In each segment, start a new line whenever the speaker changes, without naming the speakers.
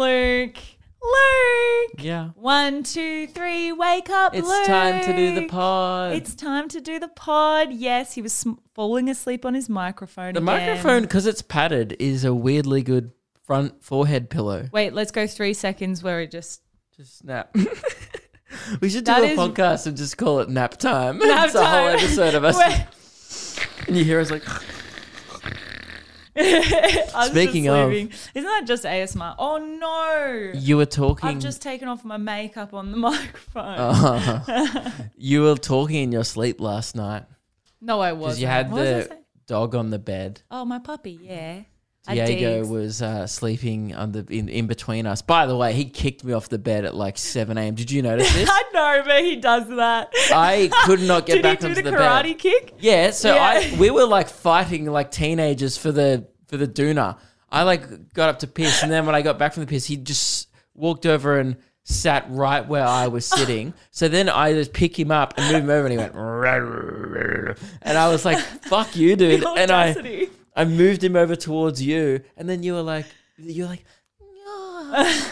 Luke, Luke.
Yeah.
One, two, three, wake up,
It's
Luke.
time to do the pod.
It's time to do the pod. Yes, he was sm- falling asleep on his microphone.
the
again.
microphone, because it's padded, is a weirdly good front forehead pillow.
Wait, let's go three seconds where it just
Just nap. we should do
That
a
is-
podcast and just call it nap time.
Nap
it's a whole
time.
episode of us.
Where-
and you hear us like,
I was
Speaking
just
of-
leaving. isn't that just ASMR? Oh no!
you were talking.
I've just taken off my makeup on the microphone.
Oh, you were talking in your sleep last night
no, I wasn't.
because you had
What was I
the
saying?
dog on the bed.
oh my puppy, yeah. I
Diego
did.
was uh, sleeping on the in, in between us. By the way, he kicked me off the bed at like seven a.m. Did you notice this?
I know, but he does that.
I could not get
Did
back
he do
onto
the,
the
karate
bed.
kick?
Yeah, so I
Yeah.
we were like fighting like teenagers for the for the doona. I like got up to piss, and then when I got back from the piss, he just walked over and sat right where I was sitting. so then I just pick him up and move him over, and he went, and I was like, "Fuck you, dude!"
The
And I
audacity.
I moved him over towards you, and then you were like, you were like, "Yeah,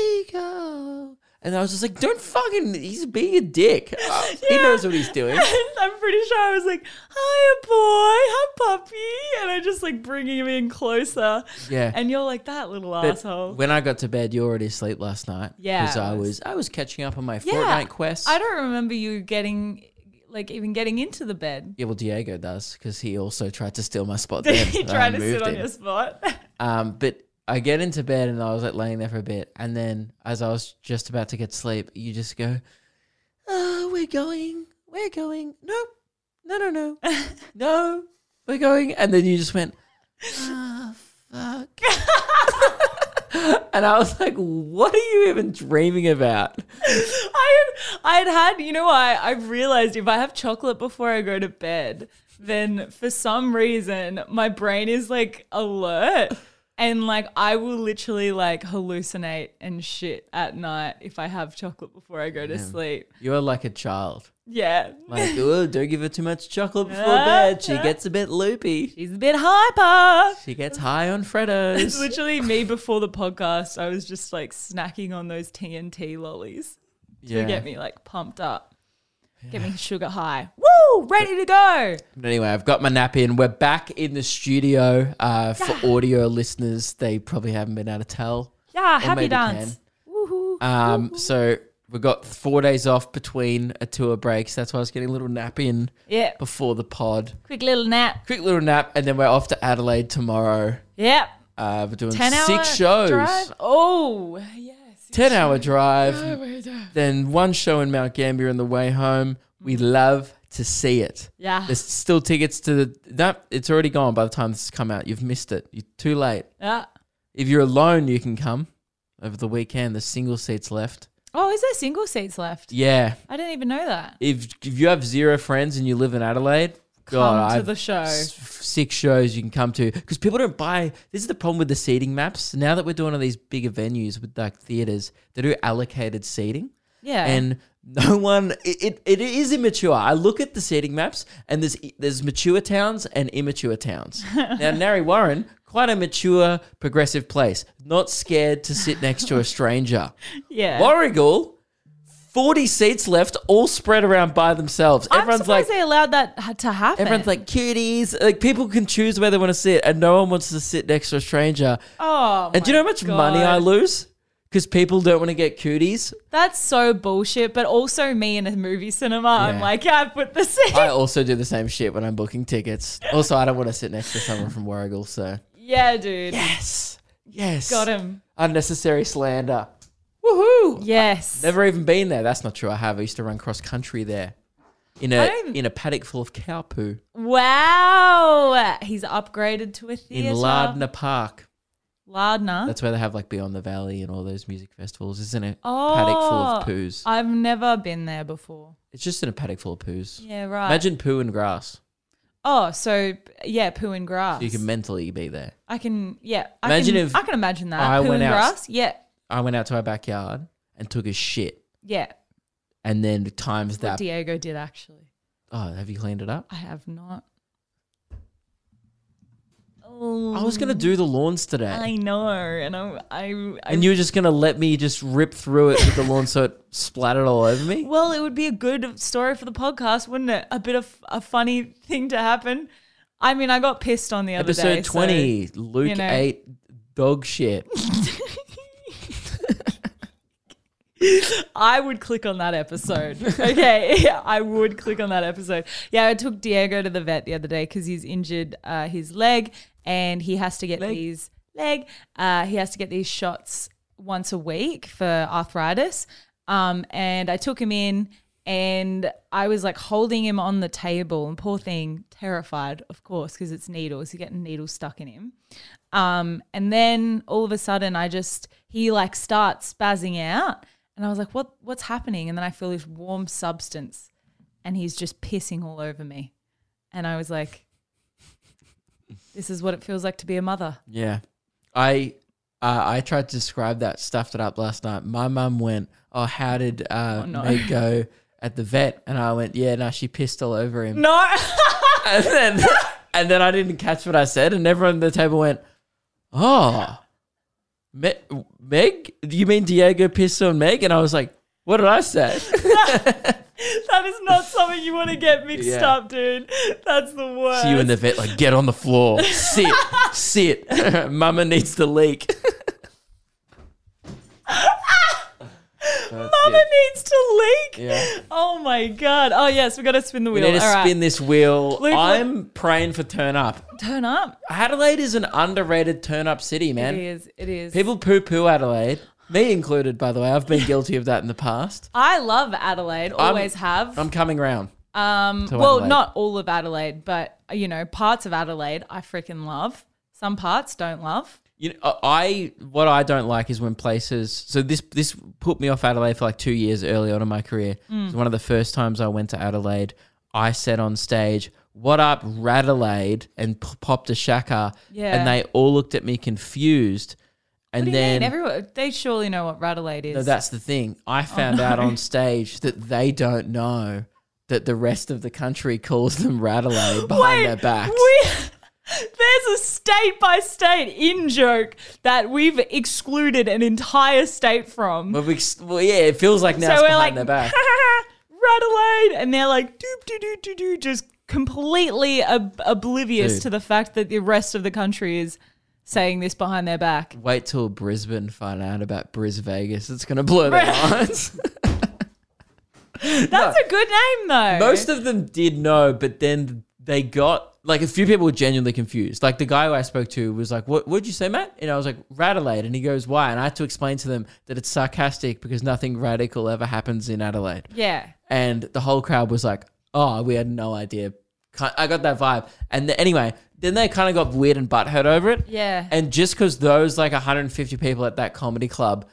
Diego. And I was just like, don't fucking, he's being a dick. Uh, He
Yeah.
knows what he's doing.
I'm pretty sure I was like, "Hi, boy, hi, puppy," and I just like bringing him in closer.
Yeah.
And you're like that little
But
asshole.
When I got to bed, you were already asleep last night.
Yeah,
Because I
I was.
was, I was catching up on my
Yeah.
Fortnite quest.
I don't remember you getting like even getting into the bed.
yeah, well, Diego does because he also tried to steal my spot.
Did
then,
he
and I
try to
moved
sit on
him.
your spot?
Um, but I get into bed and I was like laying there for a bit, and then as I was just about to get to sleep, you just go, "Oh, we're going, we're going." Nope, no, no, no, no, we're going. And then you just went, "Ah, fuck." and I was like, "What are you even dreaming about?"
I had, I had had, you know, I I've realized if I have chocolate before I go to bed, then for some reason my brain is like alert. And like I will literally like hallucinate and shit at night if I have chocolate before I go to sleep.
You're like a child.
Yeah.
Like, oh, don't give her too much chocolate before
Yeah,
bed. She
yeah.
gets a bit loopy.
She's a bit hyper.
She gets high on
It's
Freddos.
literally me before the podcast. I was just like snacking on those TNT lollies to
Yeah.
get me like pumped up. Get me sugar high. Woo! Ready to go.
But anyway, I've got my nap in. We're back in the studio. Uh, for audio listeners, they probably haven't been able to tell.
Yeah,
maybe
happy dance. Woohoo.
Um, so we've got four days off between a tour breaks. That's why I was getting a little nap in
yeah.
before the pod.
Quick little nap.
Quick little nap, and then we're off to Adelaide tomorrow.
Yep.
Uh, we're doing
Ten hour
six shows.
drive. Oh, yes.
10 hour drive. Then one show in Mount Gambier on the way home. We
Mm.
love to see it.
Yeah.
There's still tickets to the. That, it's already gone by the time this has come out. You've missed it. You're too late.
Yeah.
If you're alone, you can come over the weekend. There's single seats left.
Oh, is there single seats left?
Yeah.
I didn't even know that.
If if you have zero friends and you live in Adelaide,
Come
God,
to
I've
the show.
s- six shows you can come to because people don't buy. This is the problem with the seating maps. Now that we're doing all these bigger venues with like theaters, they do allocated seating.
Yeah.
and no one it, it, it is immature i look at the seating maps and there's there's mature towns and immature towns now nari warren quite a mature progressive place not scared to sit next to a stranger
yeah.
warrigal 40 seats left all spread around by themselves
I'm
everyone's
surprised
like
they allowed that ha- to happen.
everyone's like cuties like people can choose where they want to sit and no one wants to sit next to a stranger
oh,
and do you
my
know how much money i
God.
lose because people don't want to get cuties
That's so bullshit. But also, me in a movie cinema, I'm
Yeah.
like, yeah, I put the seat.
I also do the same shit when I'm booking tickets. Also, I don't want to sit next to someone from Warrigal, so.
yeah, dude.
Yes. Yes.
Got him.
Unnecessary slander. Woohoo.
Yes.
Never even been there. That's not true. I have. I used to run cross country there. In
I Oh,
a
don't-
in a paddock full of cow poo
Wow. He's upgraded to a
in
theater.
Lardner Park.
Lardner.
That's where they have like Beyond the Valley and all those music festivals. Isn't it? Paddock full of
Oh.
poos.
I've never been there before.
It's just in a paddock full of poos.
Yeah, right.
Imagine poo and grass.
Oh, so yeah, poo and grass.
You can mentally be there.
I can. Yeah. I
Imagine
can,
if
I can imagine that.
I
poo
went
and
out-
grass. Yeah.
I went out to my backyard and took a shit,
Yeah.
and then times
What
that
Diego did actually.
Oh, have you cleaned it up?
I have not. oh,
I was gonna do the lawns today,
I know, and I, I, I
and you were just gonna let me just rip through it with the lawn so it splattered all over me.
Well, it would be a good story for the podcast, wouldn't it? A bit of a funny thing to happen. I mean, I got pissed on the other
Episode
day. so-
twenty, Luke
you know.
eight, dog shit.
I would click on that episode. Okay, yeah, I would click on that episode. Yeah, I took Diego to the vet the other day because he's injured uh, his leg, and he has to get these leg. Uh, he has to get these shots once a week for arthritis. Um, and I took him in, and I was like holding him on the table, and poor thing, terrified, of course, because it's needles. He's getting needles stuck in him. Um, and then all of a sudden, I just he like starts spazzing out, and I was like, "What? What's happening?" And then I feel this warm substance, and he's just pissing all over me, and I was like, "This is what it feels like to be a mother."
Yeah, I uh, I tried to describe that, stuffed it up last night. My mum went, "Oh, how did uh,
Oh, no.
Meg go at the vet?" And I went, "Yeah, no, she pissed all over him."
No,
And then and then I didn't catch what I said, and everyone at the table went, "Oh, Me- Meg, you mean Diego pissed on Meg?" And I was like, "What did I say?"
that is not something you want to get mixed
Yeah.
up, dude. That's the worst.
So you and the vet like get on the floor, sit, sit. Mama needs to leak.
Mama needs to leak.
Yeah.
Oh my god. Oh yes, we got to spin the
We
wheel.
need to
All right.
spin this wheel.
Luke,
I'm praying for turn up.
Turn up.
Adelaide is an underrated turn up city,
It
man.
is. It is.
People poo poo Adelaide, me included, by the way. I've been guilty of that in the past.
I love Adelaide. Always have.
I'm coming round.
Um,
To
well,
Adelaide.
not all of Adelaide, but you know, parts of Adelaide I freaking love. Some parts don't love.
You know, I what I don't like is when places. So this this put me off Adelaide for like two years early on in my career. It was one of the first times I went to Adelaide, I said on stage, "What up, Radelaide?" and p- popped a shaka,
Yeah.
and they all looked at me confused. And
What do you
then
mean? Everyone, they surely know what Radelaide is.
No, that's the thing.
Oh,
I found out on stage that they don't know that the rest of the country calls them Radelaide behind
Wait,
their backs.
we- there's a state by state in joke that we've excluded an entire state from.
Well, we, well, yeah, it feels like now
so
it's
we're like
behind their back.
Radelaide, and they're like doop doo doo doo doo, just completely ob- oblivious
Dude.
to the fact that the rest of the country is saying this behind their back.
Wait till Brisbane find out about Bris Vegas. It's going to blow their minds.
That's a good name though.
Most of them did know, but then they got like a few people were genuinely confused. Like the guy who I spoke to was like, "What would you say, Matt?" And I was like, "Radelaide," and he goes, "Why?" And I had to explain to them that it's sarcastic because nothing radical ever happens in Adelaide.
yeah.
and the whole crowd was like, "Oh, we had no idea." Ki- I got that vibe. And the, anyway, then they kind of got weird and butthurt over it.
Yeah.
And just because those like 150 people at that comedy club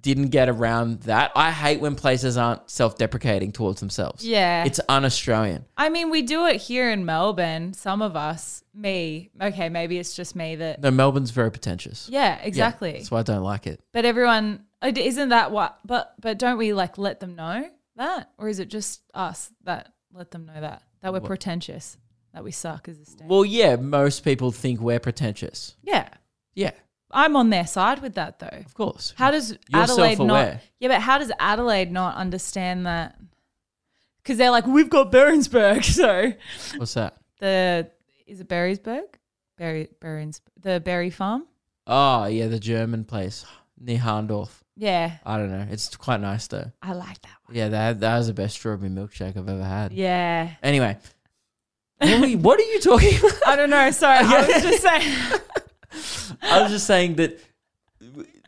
didn't get around that, I hate when places aren't self-deprecating towards themselves.
Yeah.
it's un-Australian.
I mean, we do it here in Melbourne, some of us, me. Okay, maybe it's just me that.
No, Melbourne's very pretentious.
Yeah,
Yeah,
exactly.
that's why I don't like it.
but everyone uh, d- isn't that what but but don't we like let them know that or is it just us that let them know that that we're pretentious, that we suck as a state?
Well, yeah, most people think we're pretentious.
yeah.
Yeah,
I'm on their side with that though.
of course.
How does
You're
Adelaide not?
self-aware.
Yeah, but how does Adelaide not understand that? Because they're like, we've got Berensberg, so
What's that?
the is it Berriesberg? Berry Berrins the berry farm?
Oh, yeah, the German place near Harndorf.
Yeah.
I don't know. It's quite nice though.
I like that one.
Yeah, that that was the best strawberry milkshake I've ever had.
Yeah.
Anyway, what, were you- what are you talking about?
I don't know, sorry. I was just saying
I was just saying that.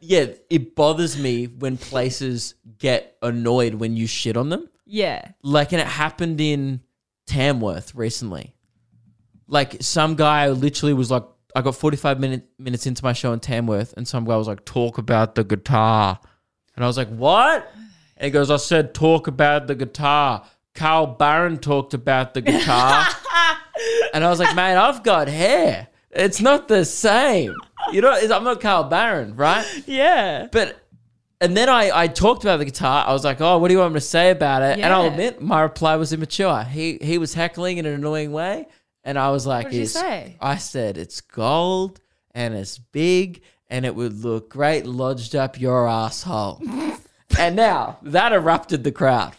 Yeah, it bothers me when places get annoyed when you shit on them.
Yeah.
Like, and it happened in Tamworth recently. Like, some guy literally was like, I got 45 minute, minutes into my show in Tamworth, and some guy was like, talk about the guitar. And I was like, what? And he goes, I said, talk about the guitar. Carl Barron talked about the guitar. and I was like, mate, I've got hair. It's not the same. You know, it's- I'm not Carl Barron, right?
Yeah.
But and then I, I talked about the guitar. I was like, oh, what do you want me to say about it? And I'll
Yeah.
admit, my reply was immature. He he was heckling in an annoying way, And I was like,
What did you
"It's-
say?
I said, it's gold and it's big and it would look great lodged up your asshole. and now that erupted the crowd.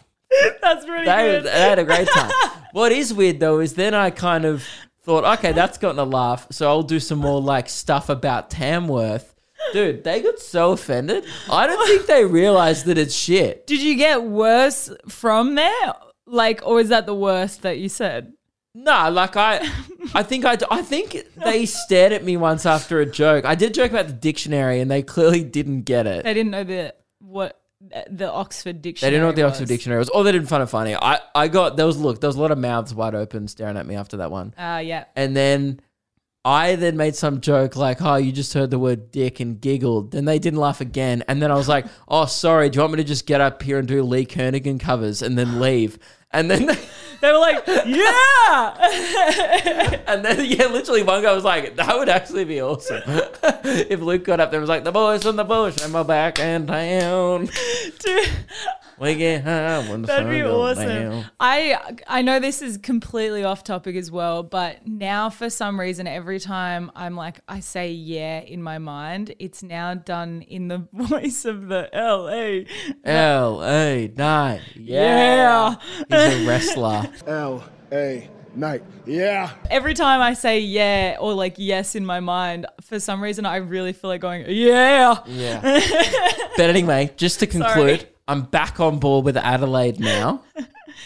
That's pretty
They,
good.
they had a great time. what is weird though is then I kind of thought, okay, that's gotten a laugh. So I'll do some more like stuff about Tamworth. Dude, they got so offended. I don't think they realized that it's shit.
Did you get worse from there? Like, or is that the worst that you said?
No, like I, I think I, I think they stared at me once after a joke. I did a joke about the dictionary, and they clearly didn't get it.
They didn't know the what the Oxford
They
dictionary.
didn't know what the
was.
Oxford Dictionary was, or they didn't find it funny. I, I got there was look, there was a lot of mouths wide open staring at me after that one,
Ah, yeah.
and then I then made some joke like, "Oh, you just heard the word dick and giggled." Then they didn't laugh again, and then I was like, "Oh, sorry, do you want me to just get up here and do Lee Kernigan covers and then leave?" And then. They,
They were like, yeah.
And then, yeah, literally one guy was like, that would actually be awesome. if Luke got up there and was like, the boys in the bush, and my back and down.
Dude,
We get high when the
that'd be
sun goes
awesome.
down."
I I know this is completely off topic as well, but now for some reason, every time I'm like, I say yeah in my mind, it's now done in the voice of the LA.
L.A. Night.
Yeah.
Yeah. He's a wrestler.
L A Knight. Yeah.
Every time I say yeah or like yes in my mind, for some reason, I really feel like going, yeah.
Yeah. but anyway, just to conclude,
Sorry.
I'm back on board with Adelaide now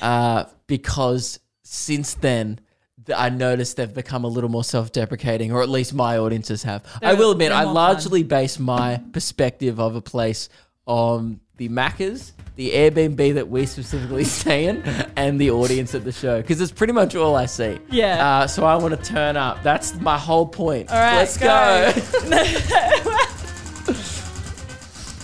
uh, because since then, th- I noticed they've become a little more self deprecating, or at least my audiences have. I
They're-
will admit,
they're
I
more
largely base my perspective of a place on the Maccas, the Airbnb that we specifically stay in, and the audience at the show because it's pretty much all I see.
Yeah.
Uh, so I want to turn up. That's my whole point. All
right,
Let's
go.
go.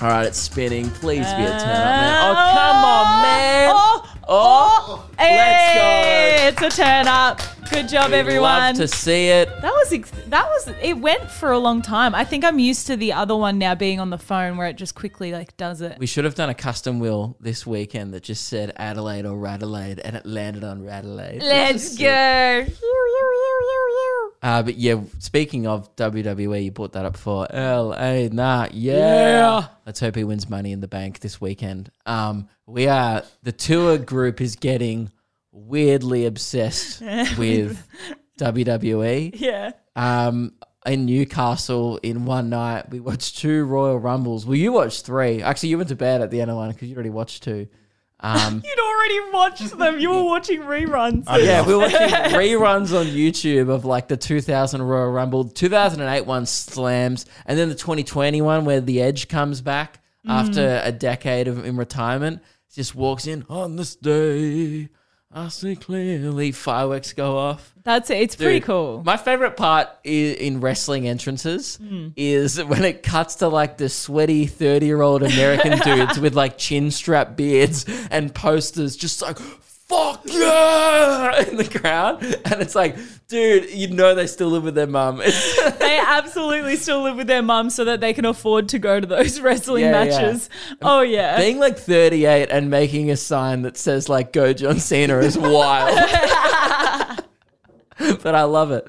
All right, it's spinning. Please be a turn up, man. Oh, come on, man.
Ah. Oh,
Oh,
hey,
let's
It's a turn up. Good job,
go. We'd
everyone.
love to see it.
that was ex- that was it went for a long time. I think I'm used to the other one now being on the phone where it just quickly like does it.
We should have done a custom wheel this weekend that just said Adelaide or Radelaide, and it landed on Radelaide.
Let's go.
Uh, but yeah, speaking of WWE, you brought that up for LA. Nah, yeah.
Yeah.
Let's hope he wins money in the bank this weekend. Um, we are the tour group is getting weirdly obsessed with E. WWE.
Yeah.
um, in Newcastle in one night. We watched two Royal Rumbles. Well, you watched three. Actually, you went to bed at the end of one because you already watched two. Um,
You'd already watched them. You were watching reruns.
yeah, we were watching reruns on YouTube of like the 2000 Royal Rumble, 2008 one slams, and then the 2020 one where The Edge comes back after a decade of in retirement. Just walks in on this day. I see clearly fireworks go off.
That's it. It's pretty
Dude,
cool.
My favorite part i in wrestling entrances
Hmm.
is when it cuts to like the sweaty 30 year old American dudes with like chin strap beards and posters just like, fuck yeah, in the crowd. And it's like, dude, you know they still live with their mum. It's,
they absolutely still live with their mum so that they can afford to go to those wrestling
Yeah, yeah. Um,
matches. Oh yeah.
being like 38 and making a sign that says like, go John Cena is wild. but I love it.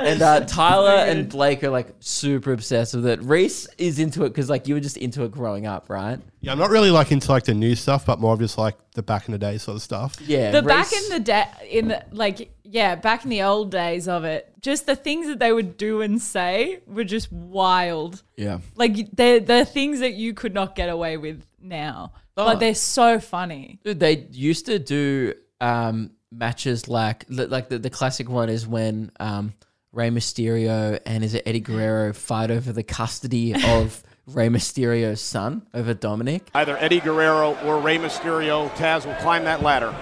And uh, Tyler and Blake are like super obsessed with it. Reese is into it because like you were just into it growing up, right?
Yeah, I'm not really like into like the new stuff, but more of just like the back in the day sort of stuff.
Yeah,
the back
Reese-
in the day in the, like yeah back in the old days of it just the things that they would do and say were just wild
yeah.
like they're, they're things that you could not get away with now
Oh.
but they're so funny
Dude, they used to do um, matches like li- like the, the classic one is when um, Rey Mysterio and is it Eddie Guerrero fight over the custody of Rey Mysterio's son over Dominic.
Either Eddie Guerrero or Rey Mysterio, Taz will climb that ladder.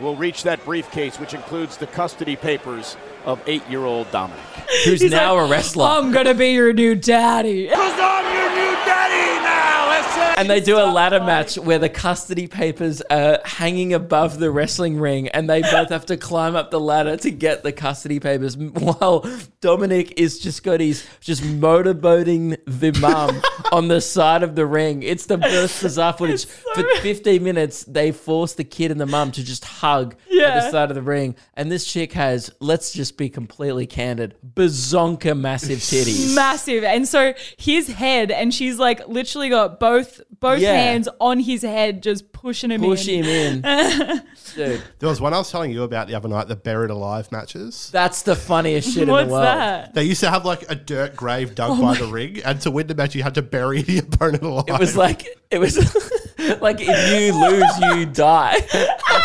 will reach that briefcase, which includes the custody papers of eight-year-old Dominic.
who's
He's
now
like, "Oh,
a wrestler.
i'm gonna be your new daddy
I'm your new daddy now.
and they do a
Stop
ladder
lying.
match where the custody papers are hanging above the wrestling ring and they both have to climb up the ladder to get the custody papers while Dominic is just got his just motorboating the mum on the side of the ring. It's the best bizarre footage. For 15 minutes, they force the kid and the mum to just hug at the
Yeah.
side of the ring. And this chick has, let's just be completely candid, bazonka massive titties.
massive. And so his head, and she's like literally got both both
Yeah.
hands on his head, just pushing him
Push
in.
him in. Dude.
There was one I was telling you about the other night, the buried alive matches.
That's the funniest shit in
What's
the world.
that?
They used to have like a dirt grave
Oh
dug by the ring, and to win the match, you had to bury the opponent alive.
It was like it was like if you lose, you die.
And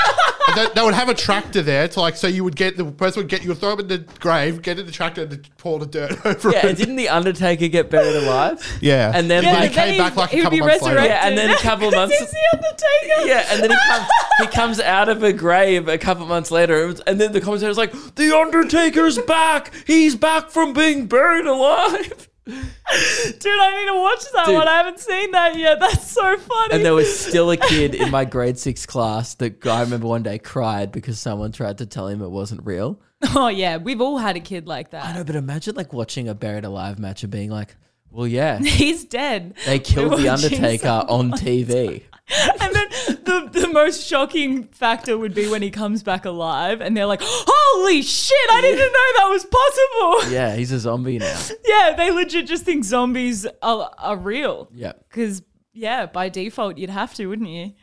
they, they would have a tractor there to like, so you would get the person would get you would throw them in the grave, get in the tractor, and then pour the dirt over
Yeah,
it.
didn't the Undertaker get buried alive?
Yeah.
and then
Yeah,
he
like
but then
came back, like, a
he would
couple
be
months later.
resurrected.
Yeah, and then a couple of
'Cause
months-
he's the Undertaker.
yeah, and then he comes he comes out of a grave a couple months later, it was- and then the commentator's like, "The Undertaker's back. He's back from being buried alive."
Dude, I need to watch that
Dude.
one. I haven't seen that yet. That's so funny.
And there was still a kid in my grade six class that I remember one day cried because someone tried to tell him it wasn't real.
oh yeah, we've all had a kid like that.
No, but imagine like watching a buried alive match and being like, "Well, yeah,
He's dead.
they killed the
watching
Undertaker on TV."
And then the, the most shocking factor would be when he comes back alive and they're like, holy shit, I didn't know that was possible.
Yeah, he's a zombie now.
Yeah, they legit just think zombies are, are real.
Yeah.
Because, yeah, by default, you'd have to, wouldn't you?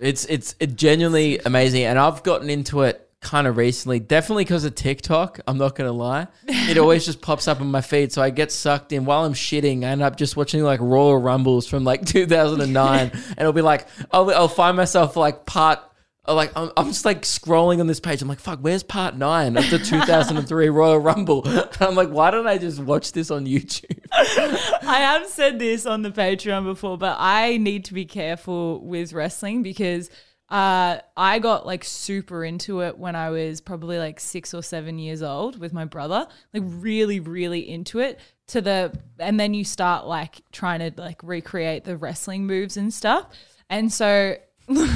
It's it's it genuinely amazing, and I've gotten into it kind of recently, definitely because of TikTok. I'm not gonna lie, it always just pops up on my feed, so I get sucked in while I'm shitting. I end up just watching like Royal Rumbles from like 2009, and it'll be like I'll, I'll find myself like part. uh, Like I'm, I'm just like scrolling on this page. I'm like, fuck, where's part nine of the 2003 Royal Rumble? I'm like, why don't I just watch this on YouTube?
I have said this on the Patreon before, but I need to be careful with wrestling because uh, I got like super into it when I was probably like six or seven years old with my brother, like really, really into it to the, and then you start like trying to like recreate the wrestling moves and stuff. And so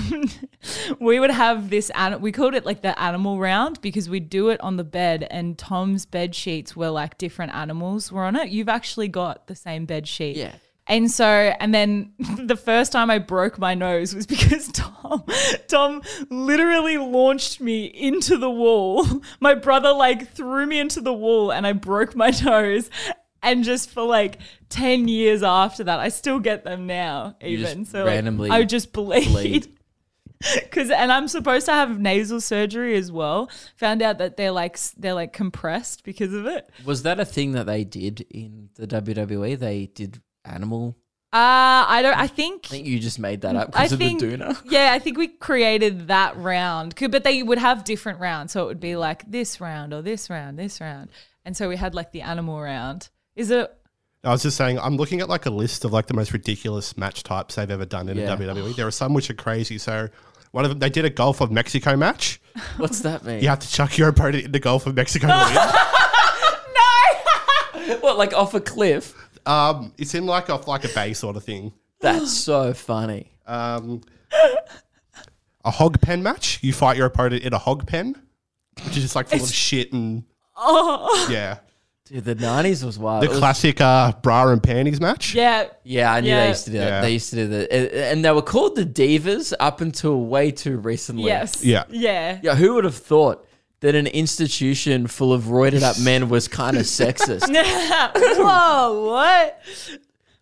we would have this an- we called it like the animal round because we'd do it on the bed and tom's bed sheets were like different animals were on it you've actually got the same bed sheet
Yeah.
and so and then the first time i broke my nose was because tom tom literally launched me into the wall my brother like threw me into the wall and i broke my nose and just for like 10 years after that i still get them now
just
even so
randomly
like, i would just bleed
bleed.
because and I'm supposed to have nasal surgery as well. Found out that they're like s- they're like compressed because of it.
Was that a thing that they did in the WWE? They did animal.
Uh I don't. I think.
I think you just made that up
I
because of
think,
the doona.
yeah, I think we created that round, 'Cause- but they would have different rounds, so it would be like this round or this round, this round, and so we had like the animal round. Is it?
I was just saying, I'm looking at like a list of like the most ridiculous match types they've ever done in
Yeah.
the WWE. There are some which are crazy. So one of them, they did a Gulf of Mexico match.
What's that mean?
You have to chuck your opponent in the Gulf of Mexico. to win.
What, like off a cliff?
Um, it's in like off like a bay sort of thing.
That's so funny.
Um, a hog pen match. You fight your opponent in a hog pen, which is just like full of shit and
Oh,
yeah.
Dude, the nineties was wild.
The
It was-
classic uh, bra and panties match.
yeah.
yeah, I knew they
Yeah.
used to do that.
Yeah.
They used to do that, and- and they were called the divas up until way too recently.
Yes.
Yeah.
Yeah.
Yeah, who would have thought that an institution full of roided up men was kind of sexist?
Whoa. What?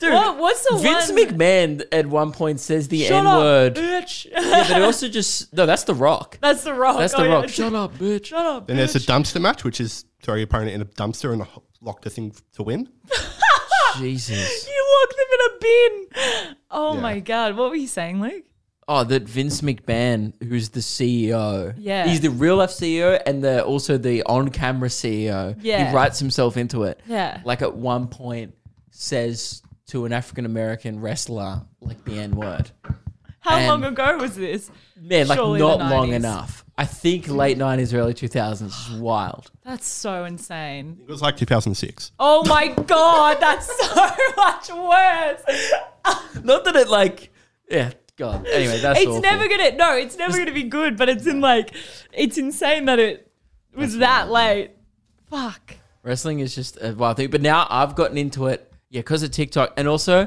Dude,
What? What's the
Vince
one?
McMahon at one point says the
Shut
N
up,
word,
bitch.
but it also just no. That's the Rock.
That's the rock.
That's
Oh,
the
yeah.
Rock. Shut up, bitch.
Shut up.
Then there's a dumpster match, which is throw your opponent in a dumpster and ho- lock the thing f- to win.
Jesus.
You lock them in a bin. Oh
Yeah.
my god, what were you saying, Luke?
Oh, that Vince McMahon, who's the CEO.
Yeah.
He's the real life CEO and the also the on camera CEO.
Yeah.
He writes himself into it.
Yeah.
Like at one point says to an African American wrestler, like the N word.
How
And-
long ago was this?
Man, like
Surely the
not long
90s.
enough. I think late nineties, early two thousands is wild.
That's so insane.
It was like 2006.
Oh my god, that's so much worse.
Not that it like Yeah, God. Anyway, that's
it's
awful.
never gonna no, it's never gonna be good, but it's in like it's insane that it was that late. Fuck.
Wrestling is just a wild thing. But now I've gotten into it, yeah, because of TikTok, and also,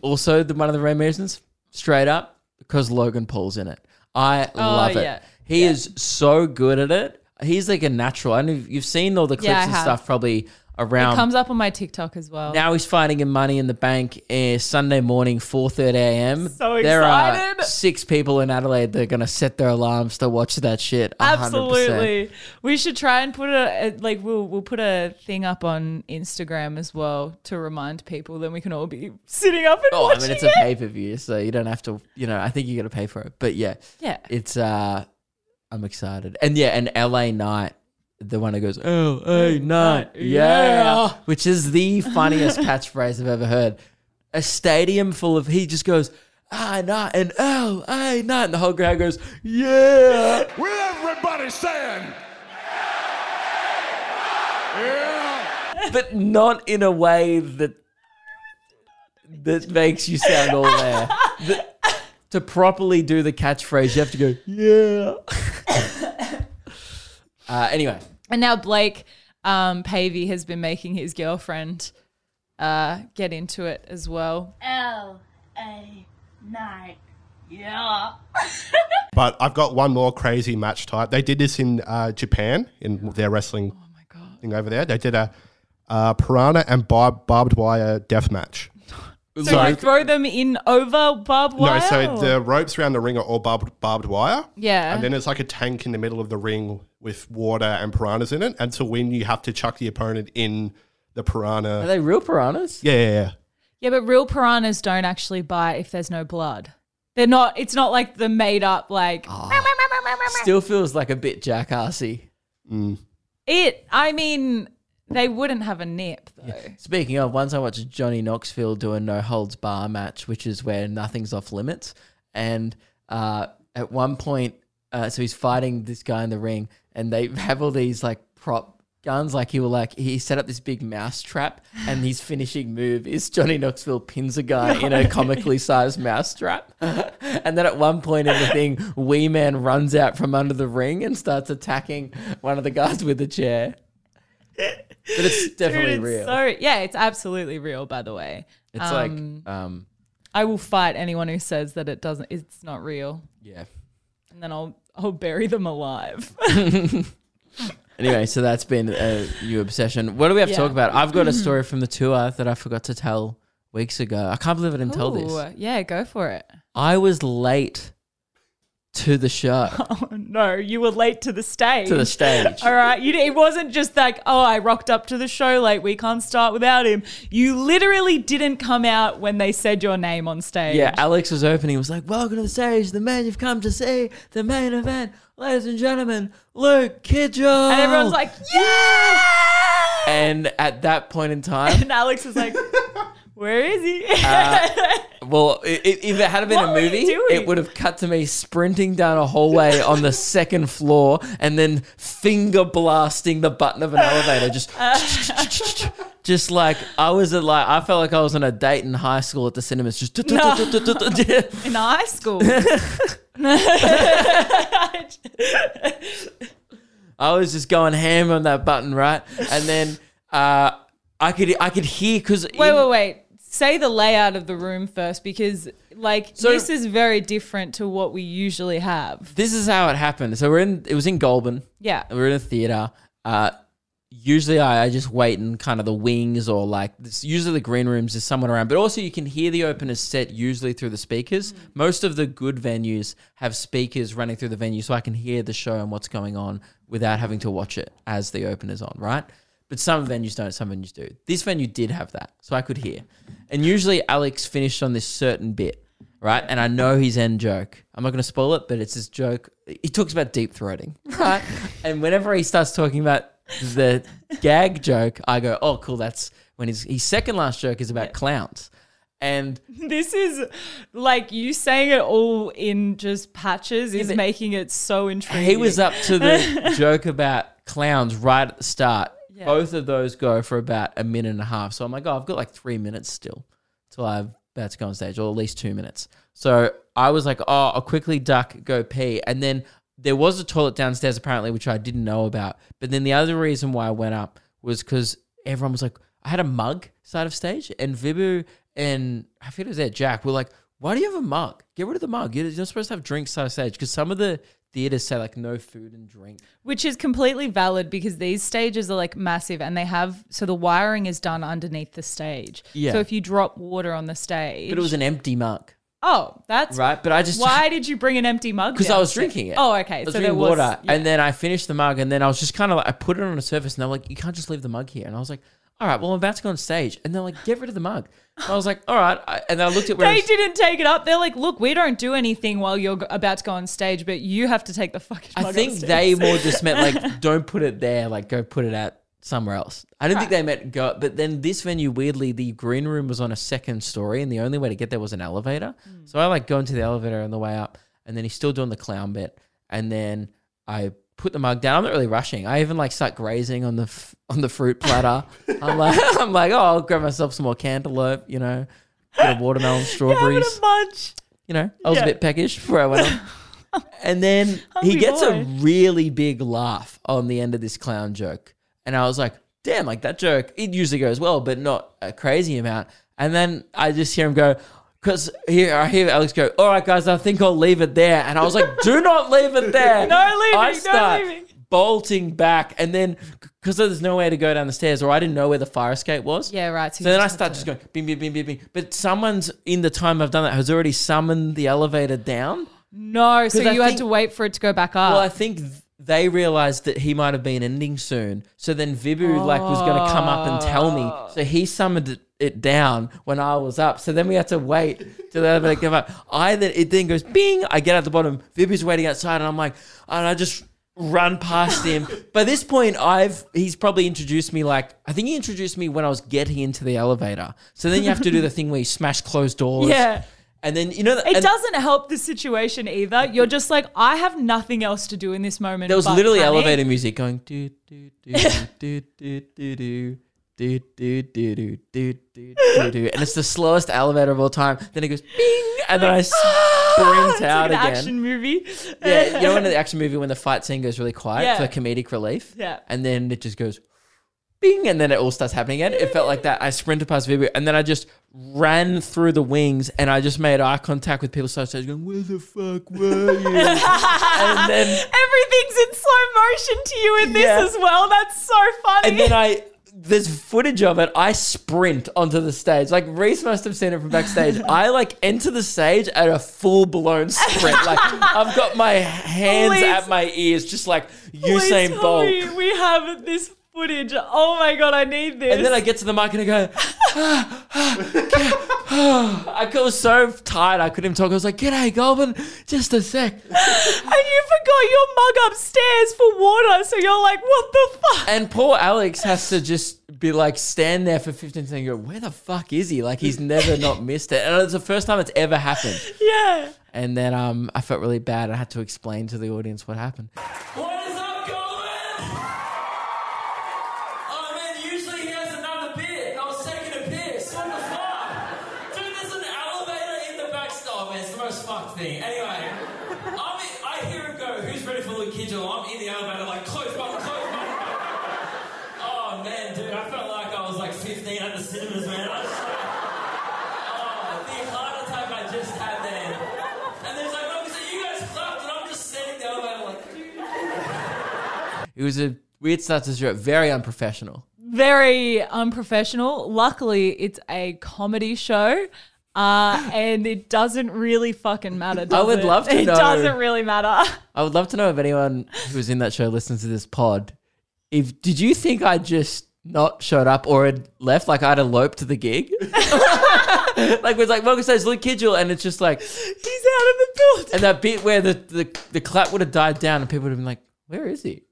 also the one of the main reasons, straight up, because Logan Paul's in it. I love it.
Oh, yeah.
He is so good at it. He's like a natural. I know you've seen all the clips
Yeah, I
and
have.
stuff probably around.
Comes up on my TikTok as well.
now he's fighting in Money in the Bank uh, Sunday morning, 4.30 a.m.
So
There are
excited.
six people in Adelaide that are going to set their alarms to watch that shit. 100%.
Absolutely. We should try and put a, a like we'll we'll put a thing up on Instagram as well to remind people then we can all be sitting up and
Oh, I
watching
mean, it's a
it.
pay per view, so you don't have to. You know, I think you got to pay for it. But yeah,
Yeah.
it's. uh I'm excited, and yeah, and L.A. Night, the one that goes L.A. Night, yeah, which is the funniest catchphrase I've ever heard. A stadium full of he just goes. I night and oh, I night, and the whole crowd goes, yeah.
Where everybody saying? Yeah.
but not in a way that that makes you sound all there. The- to properly do the catchphrase, you have to go, yeah. uh, anyway,
And now Blake um, Pavey has been making his girlfriend uh, get into it as well.
L A night. Yeah.
But I've got one more crazy match type. They did this in uh, Japan in their wrestling
Oh
thing over there. They did a uh, piranha and bar- barbed wire death match.
So, like throw them in over barbed wire.
No, so uh,
or-
the ropes around the ring are all barbed, barbed wire.
Yeah.
And then it's like a tank in the middle of the ring with water and piranhas in it. And to win, you have to chuck the opponent in the
are
piranha.
they real piranhas?
yeah, yeah, yeah.
yeah, but real piranhas don't actually bite if there's no blood. They're not. It's not like the made up like
Ah. Still feels like a bit jackassy.
it. I mean, they wouldn't have a nip though.
Speaking of, once I watched Johnny Knoxville do a no holds bar match, which is where nothing's off limits. And uh, at one point, uh, so he's fighting this guy in the ring, and they have all these like prop guns. Like he will like he set up this big mouse trap, and his finishing move is Johnny Knoxville pins a guy in a comically sized mouse trap. and then at one point in the thing, Wee Man runs out from under the ring and starts attacking one of the guys with a chair. But it's
Dude,
definitely
it's
real.
so yeah, it's absolutely real. By the way,
It's
Um,
like, um,
I will fight anyone who says that it doesn't. It's not real,
yeah.
and then I'll I'll bury them alive.
Anyway, so that's been uh, your obsession. What do we have
Yeah.
to talk about? I've got a story from the tour that I forgot to tell weeks ago. I can't believe I didn't tell this.
Ooh, Yeah, go for it.
I was late to the show,
No, you were late to the stage.
to the stage.
All right, you, it wasn't just like, oh, I rocked up to the show late. We can't start without him. You literally didn't come out when they said your name on stage.
Yeah, Alex was opening. He was like, "Welcome to the stage, the man you've come to see, the main event, ladies and gentlemen, Luke Kidjo."
and everyone's like, yeah.
and at that point in time,
And Alex is like, where is he?
Uh, Well, i- i- if it had been
What
a
were you
movie,
doing?
it would have cut to me sprinting down a hallway on the second floor and then finger blasting the button of an elevator. Just, just like I was at like I felt like I was on a date in high school at the cinemas. Just
In high school.
I was just going ham on that button, right? And then uh, I could I could hear because
Wait, wait, wait. Say the layout of the room first because, like, this is very different to what we usually have.
this is how it happened. So we're in. It was in Goulburn.
Yeah.
we're in a theater. Uh, usually, I, I just wait in kind of the wings or like this, usually the green rooms. There's someone around, but also you can hear the opener set usually through the speakers. Most of the good venues have speakers running through the venue, so I can hear the show and what's going on without having to watch it as the opener's on, right? But some venues don't, some venues do. This venue did have that, so I could hear. And usually Alex finished on this certain bit, right? And I know his end joke. I'm not going to spoil it, but it's his joke. He talks about deep throating, right? and whenever he starts talking about the gag joke, I go, oh, cool. That's when his, his second last joke is about clowns. And
This is like you saying it all in just patches is
but-
making it so intriguing.
he was uh, up to the joke about clowns right at the start. Both of those go for about a minute and a half. So I'm like, oh, I've got like three minutes still till I've about to go on stage, or at least two minutes. So I was like, oh, I'll quickly duck, go pee. And then there was a toilet downstairs, apparently, which I didn't know about. But then the other reason why I went up was because everyone was like, I had a mug side of stage, and Vibu and I think it was there, Jack, were like, why do you have a mug? Get rid of the mug. You're you're not supposed to have drinks side of stage because some of the theaters say like no food and drink.
Which is completely valid because these stages are like massive and they have so the wiring is done underneath the stage.
Yeah.
So if you drop water on the stage,
But it was an empty mug,
oh, that's
right? But I just
Why did you bring an empty mug?
because I
down?
was drinking it.
Oh,
I
okay.
was
So there
drinking
was
water,
yeah.
and then I finished the mug, and then I was just kind of like, I put it on a surface, and they're like, "You can't just leave the mug here." And I was like, "All right, well, I'm about to go on stage," and they're like, "Get rid of the mug." And I was like, "All right," I, and then I looked at where it
they
was-
didn't take it up. They're like, look, we don't do anything while you're go- about to go on stage, but you have to take the fucking.
I
mug
think
upstairs.
they more just meant like, don't put it there, like go put it out somewhere else. I didn't think they meant go, but then this venue, weirdly, the green room was on a second story, and the only way to get there was an elevator. So I like go into the elevator on the way up, and then he's still doing the clown bit, and then I put the mug down. I'm not really rushing. I even like start grazing on the f- on the fruit platter. I'm like, I'm like, oh, I'll grab myself some more cantaloupe, you know, bit of watermelon,
Having
strawberries
a munch.
you know, I was a
Yeah.
bit peckish before I went on. and then he
Hungry
gets a
boy.
really big laugh on the end of this clown joke. And I was like, damn, like that joke, it usually goes well, but not a crazy amount. And then I just hear him go, because here I hear Alex go, all right, guys, I think I'll leave it there. And I was like, do not leave it there.
No leaving,
I
no
start
leaving.
bolting back. And then, because there's no way to go down the stairs, or I didn't know where the fire escape was.
Yeah, right.
So then I start just going bing, bing, bing, bing, bing. But someone's in the time I've done that has already summoned the elevator down.
No, so
'Cause I
you had
think-
to wait for it to go back up.
Well, I think th- they realized that he might have been ending soon. So then Vibu like was going to come up and tell me. So he summoned it, it down when I was up. So then we had to wait till the elevator came up. I then it then goes bing. I get at the bottom. Vibu's waiting outside, and I'm like, and I just run past him. By this point, I've he's probably introduced me like I think he introduced me when I was getting into the elevator. So then you have to do the thing where you smash closed doors.
Yeah.
And then you know
It
and-
doesn't help the situation either. You're just like, I have nothing else to do in this moment.
There was
but
literally
panic.
elevator music going do do do do do do do do do do do do do do do, and it's the slowest elevator of all time. Then it goes bing, and then I
Ah,
sprint
it's
out
like an
again.
action movie.
Yeah, you know, in the action movie when the fight scene goes really quiet
Yeah.
for comedic relief,
Yeah.
and then it just goes bing, and then it all starts happening again. It felt like that. I sprinted past Vibu, and then I just ran through the wings, and I just made eye contact with people. So I started going, "Where the fuck were you?" and then.
Everything's in slow motion to you in this
Yeah.
as well. That's so funny.
and then I there's footage of it. I sprint onto the stage. Like Reese must have seen it from backstage. I like enter the stage at a full blown sprint. Like I've got my hands
Please.
at my ears, just like
Please
Usain
tell
Bolt.
me We have this footage. Oh my god, I need this.
And then I get to the mic and I go. "Ah, I was so tired I couldn't even talk. I was like, "G'day, Goblin, just a sec."
and you forgot your mug upstairs for water, so you're like, what the fuck?
And poor Alex has to just be like stand there for 15 seconds and go, "Where the fuck is he?" Like he's never not missed it, and it's the first time it's ever happened.
yeah.
And then um, I felt really bad. I had to explain to the audience what happened.
What is up, Goldman? Oh man, usually he has another bit. I was taking a piss. What the fuck? Dude, there's an elevator in the back. Oh man, it's the most fucked thing. Anyway, I'm in, I hear him go, who's ready for Luke Kidgel? I'm in the elevator like, close, button, close, button. Oh man, dude, I felt like I was like 15 at the cinemas, man. I was Oh, the heart attack I just had there. And there's like, no, because you guys clapped, and I'm just sitting there like,
It was a weird start to the show, very unprofessional.
Very unprofessional. Luckily, it's a comedy show. Uh, and it doesn't really fucking matter. Does
I would
it?
love to
It
know.
doesn't really matter.
I would love to know if anyone who was in that show listens to this pod. If did you think I just not showed up or had left, like I'd eloped to the gig? like was like, welcome to stage, Luke Kidgel, and it's just like,
He's out of the building.
and that bit where the the, the clap would have died down and people would have been like, where is he?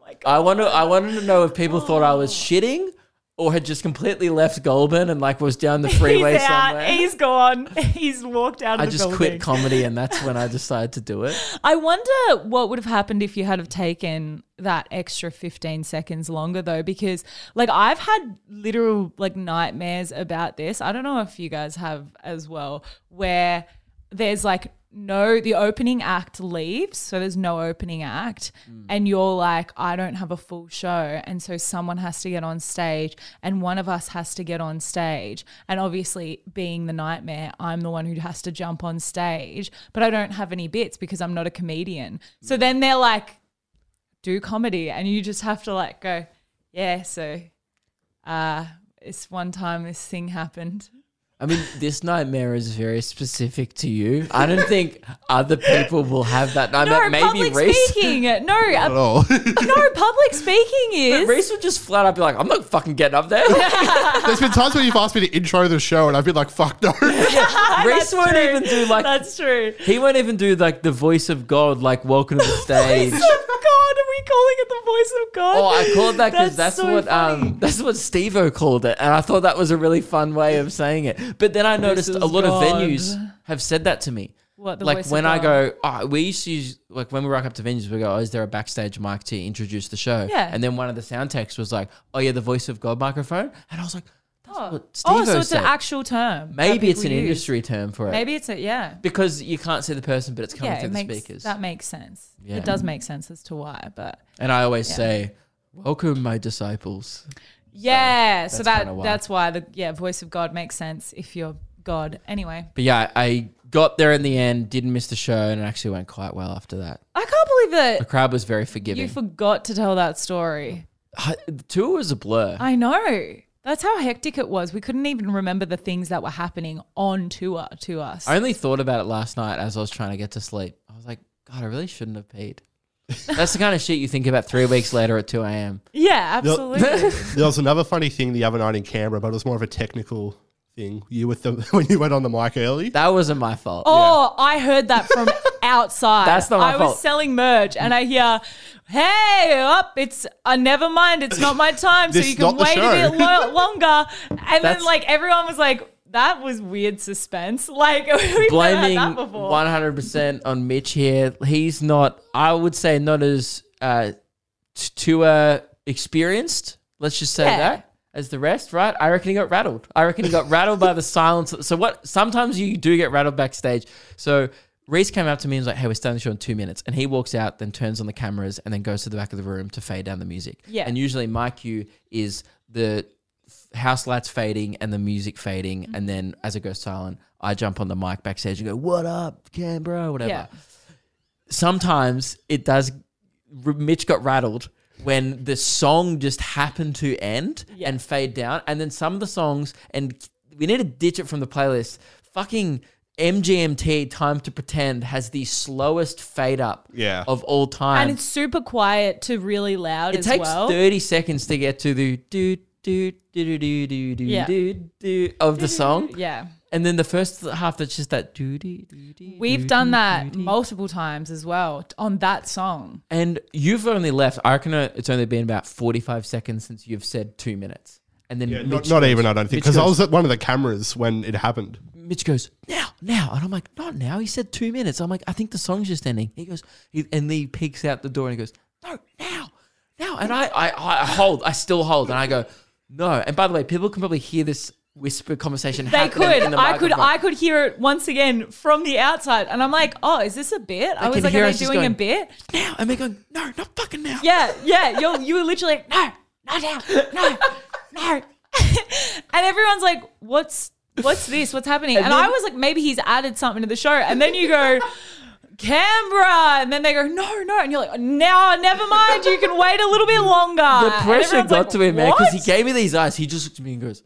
my Oh
I wonder. I wanted to know if people thought I was shitting or had just completely left Goulburn and like was down the freeway
He's out.
somewhere.
He's gone. He's walked out of
I
the
just
building.
quit comedy and that's when I decided to do it.
I wonder what would have happened if you had have taken that extra 15 seconds longer though because like I've had literal like nightmares about this. I don't know if you guys have as well where there's like no the opening act leaves so there's no opening act
Mm.
and you're like I don't have a full show and so someone has to get on stage and one of us has to get on stage and obviously being the nightmare I'm the one who has to jump on stage but I don't have any bits because I'm not a comedian so then they're like do comedy and you just have to like go yeah so uh it's one time this thing happened
I mean, this nightmare is very specific to you. I don't think other people will have that nightmare.
no
Maybe
public
Reese.
speaking no uh,
at all.
no public speaking is
Reese would just flat out be like, I'm not fucking getting up there.
There's been times when you've asked me to intro the show and I've been like, fuck no.
Reese won't even do like
that's true
he won't even do like the voice of God, like welcome to the stage.
voice of God. Are we calling it the voice of God?
Oh, I called that because that's,
so
what
funny.
um that's what Stevo called it, and I thought that was a really fun way of saying it. But then I noticed
is
a lot of
God.
venues have said that to me.
What, the
like
voice of
when I
God?
go, oh, we used to use, like when we rock up to venues, we go, oh, is there a backstage mic to introduce the show?
Yeah.
And then one of the sound texts was like, oh yeah, the voice of God microphone, and I was like, that's
Oh.
what Stevo
Oh, so it's
said.
an actual term. that
Maybe it's an
people use.
industry term for it.
Maybe it's a yeah.
because you can't see the person, but it's coming
Yeah,
through
it
the
makes
speakers.
that makes sense.
Yeah.
It does make sense as to why, but
and I always say, welcome, my disciples.
yeah. So,
that's
that
kinda why.
that's why the yeah voice of God makes sense if you're God. Anyway,
But yeah, I got there in the end, didn't miss the show, and it actually went quite well after that.
I can't believe
The
that
crowd was very
you
forgiving.
forgot to tell that story.
the tour was a blur.
I know. That's how hectic it was. We couldn't even remember the things that were happening on tour to us.
I only thought about it last night as I was trying to get to sleep. I was like, God, I really shouldn't have peed. That's the kind of shit you think about three weeks later at 2 a.m.
yeah, absolutely.
there was another funny thing the other night in Canberra, but it was more of a technical thing. You with the when you went on the mic early.
That wasn't my fault.
Oh, I heard that from outside.
That's not my
I
fault.
was selling merch and I hear, hey, up, it's, uh, never mind, it's not my time, so
This
you
is
can
not the
wait a
show.
bit lo- longer. And
That's-
then, like, everyone was like, that was weird suspense. Like, we've
Blaming
never had that before.
100% on Mitch here. He's not, I would say, not as uh, t- tour experienced, let's just say
Yeah.
that, as the rest, right? I reckon he got rattled. I reckon he got rattled by the silence. So, what sometimes you do get rattled backstage. So, Reese came up to me and was like, hey, we're starting the show in two minutes. And he walks out, then turns on the cameras, and then goes to the back of the room to fade down the music.
Yeah.
And usually, my cue is the house lights fading and the music fading,
Mm-hmm.
and then as it goes silent, I jump on the mic backstage and go, "What up, Canberra?" Whatever.
Yeah.
Sometimes it does. R- Mitch got rattled when the song just happened to end and fade down, and then some of the songs, and we need to ditch it from the playlist. Fucking. MGMT Time to Pretend has the slowest fade up
Yeah.
of all time
and it's super quiet to really loud
it
as
takes
well.
30 seconds to get to the do do do do do do do
Yeah.
do do of the song
yeah.
and then the first half that's just that do do do do
We've done that multiple times as well t- on that song.
and you've only left i reckon uh, it's only been about 45 seconds since you've said two minutes and then
Yeah, not,
Mitch
not
goes-
even, I don't think,
Mitch
because I
goes-
was at one of the cameras when it happened.
Mitch goes now, now, and I'm like, not now. He said two minutes. I'm like, I think the song's just ending. He goes, he, and he peeks out the door and he goes, no, now, now, and I, I, I hold, I still hold, and I go, no. And by the way, people can probably hear this whisper conversation.
They
happening
could.
in the
I could.
microphone.
I could hear it once again from the outside, and I'm like, "Oh, is this a bit?" I was
can
like,
hear
"Are
us
they
just
doing a
going-
bit?"
now, and they're going, no, not fucking now.
Yeah, yeah. You you were literally like, "No, not now, no, no," and everyone's like, "What's what's this? What's happening?" And, I
then-
was like, "Maybe he's added something to the show," and then you go. Canberra, and then they go no, no, and you're like, no, never mind. You can wait a little bit longer.
The
And
pressure
everyone's
got
like,
to him, man, because he
"What?"
gave me these eyes. He just looked at me and goes,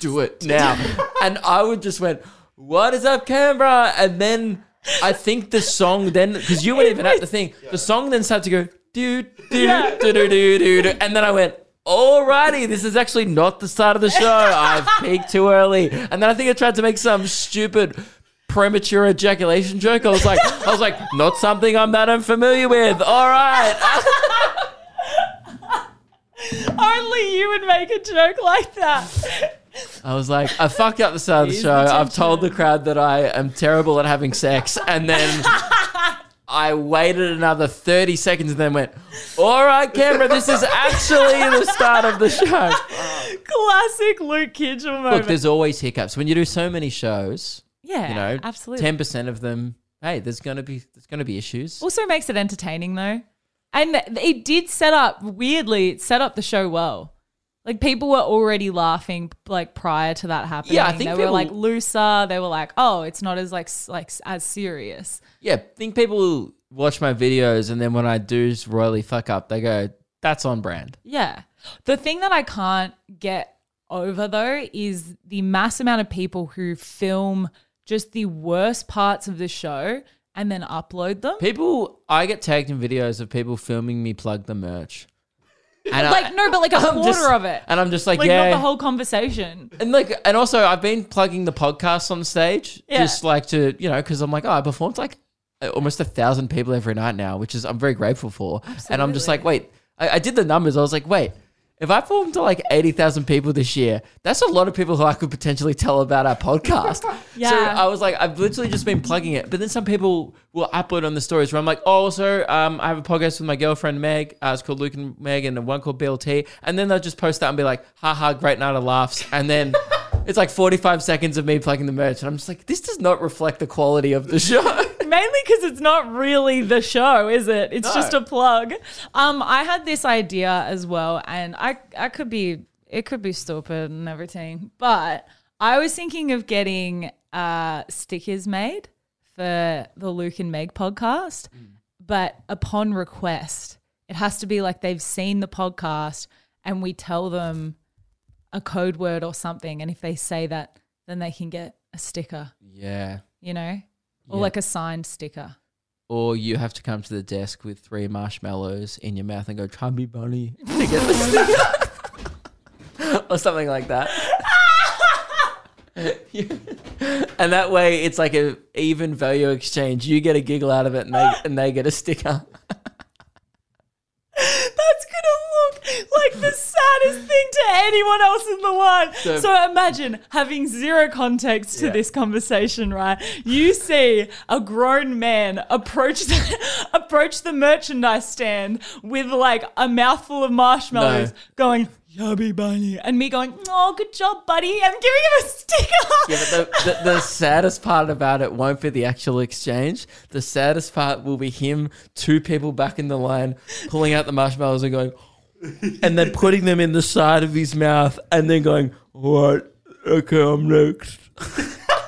"Do it now," and I would just went, "What is up, Canberra?" And then I think the song then because you weren't even at the thing. The song then started to go do do do do do do, and then I went. Alrighty, this is actually not the start of the show. I've peaked too early, and then I think I tried to make some stupid premature ejaculation joke. I was like, I was like, not something I'm that unfamiliar with. All right,
Only you would make a joke like that.
I was like, I fucked up the start of the
Here's
show.
the
I've told the
tension.
crowd that I am terrible at having sex. And then I waited another 30 seconds and then went, All right, Canberra, this is actually the start of the show.
Classic Luke Kitchell
Look,
moment.
there's always hiccups. When you do so many shows,
yeah,
you know,
absolutely.
10% of them, hey, there's going to be there's going to be issues.
also makes it entertaining though, and it did set up weirdly. It set up the show well. Like people were already laughing like prior to that happening.
Yeah, I think
they were
people-
like looser. They were like, oh, it's not as like s- like s- as serious.
Yeah, think people will watch my videos and then when I do royally fuck up, they go, that's on brand.
Yeah. The thing that I can't get over though is the mass amount of people who film just the worst parts of the show and then upload them.
People, I get tagged in videos of people filming me plug the merch. And I-
Like no, but like a
I'm
quarter
just-
of it.
And I'm just like,
Like not
yeah.
the whole conversation.
and like, and also I've been plugging the podcast on stage,
Yeah.
just like to, you know, because I'm like, oh, I performed like uh, almost a thousand people every night now, which is I'm very grateful for. And I'm just like, wait, I, I did the numbers. I was like, wait, if I performed to like eighty thousand people this year, that's a lot of people who I could potentially tell about our podcast. So
Yeah.
I was like, I've literally just been plugging it. But then some people will upload on the stories where I'm like, oh, also, um, I have a podcast with my girlfriend Meg. Uh, it's called Luke and Meg, and one called BLT. And then they'll just post that and be like, haha, great night of laughs. And then it's like 45 seconds of me plugging the merch. And I'm just like, this does not reflect the quality of the show.
Mainly because it's not really the show, is it? It's just a plug. Um, I had this idea as well, and I I could be it could be stupid and everything, but I was thinking of getting uh stickers made for the Luke and Meg podcast, but upon request, it has to be like they've seen the podcast and we tell them a code word or something, and if they say that, then they can get a sticker
yeah.
you know, or
Yeah.
like a signed sticker.
Or you have to come to the desk with three marshmallows in your mouth and go, try and be bunny to get the sticker. or something like that. and that way it's like a even value exchange. You get a giggle out of it and they, and they get a sticker.
That's gonna look like the saddest thing to anyone else in the world. So, imagine having zero context to this conversation, right? You see a grown man approach the, approach the merchandise stand with like a mouthful of marshmallows,
No.
going "Yummy bunny," and me going, "Oh, good job, buddy!" I'm giving him a sticker.
Yeah, but the, the, the saddest part about it won't be the actual exchange. The saddest part will be him, two people back in the line, pulling out the marshmallows and going, and then putting them in the side of his mouth and then going, all right, okay, I'm next.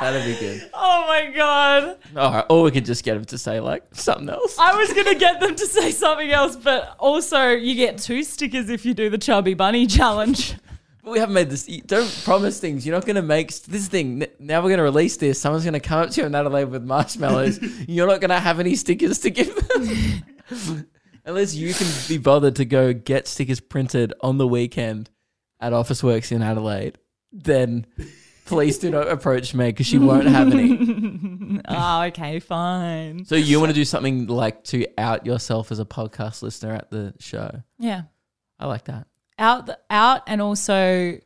That'd be good.
oh my god.
All right, or we could just get him to say like something else.
I was gonna get them to say something else, but also you get two stickers if you do the chubby bunny challenge.
But we haven't made this. you Don't promise things. You're not going to make s- this thing. n- Now we're going to release this. Someone's going to come up to you in Adelaide with marshmallows. You're not going to have any stickers to give them. Unless you can be bothered to go get stickers printed on the weekend at Office Works in Adelaide, then please do not approach me because she won't have any.
oh, okay, fine.
So you want to do something like to out yourself as a podcast listener at the show.
Yeah,
I like that.
out, the, out, and also,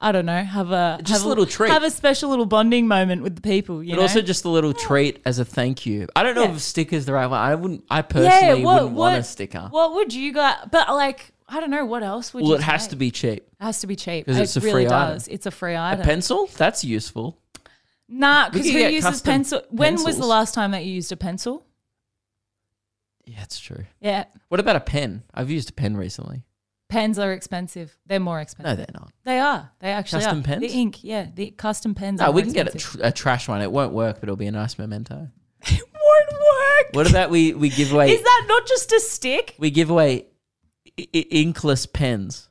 I don't know, have a
Just
have
a little treat.
have a special little bonding moment with the people. You
But
know,
also just a little treat as a thank you. I don't know
Yeah.
if stickers the right one. I wouldn't. I personally wouldn't want a sticker.
What would you got? But like, I don't know, what else would?
well,
you
it has
take?
to be cheap.
It has to be cheap.
'Cause
It
it's a
really
free item.
does. It's a free
A
item.
pencil? That's useful.
nah,
We
because
could
who
get
uses
custom
pencil? When was the
pencils.
last time that you used a pencil?
Yeah, it's true.
Yeah,
What about a pen? I've used a pen recently.
Pens are expensive. They're more expensive.
No, they're not.
They are. They actually
Custom
are.
pens?
The ink, yeah. The custom pens.
No,
are
we
more
can get a,
expensive.
tr- a trash one. It won't work, but it'll be a nice memento.
it won't work.
What about we we give away
Is that not just a stick?
we give away I- I- inkless pens?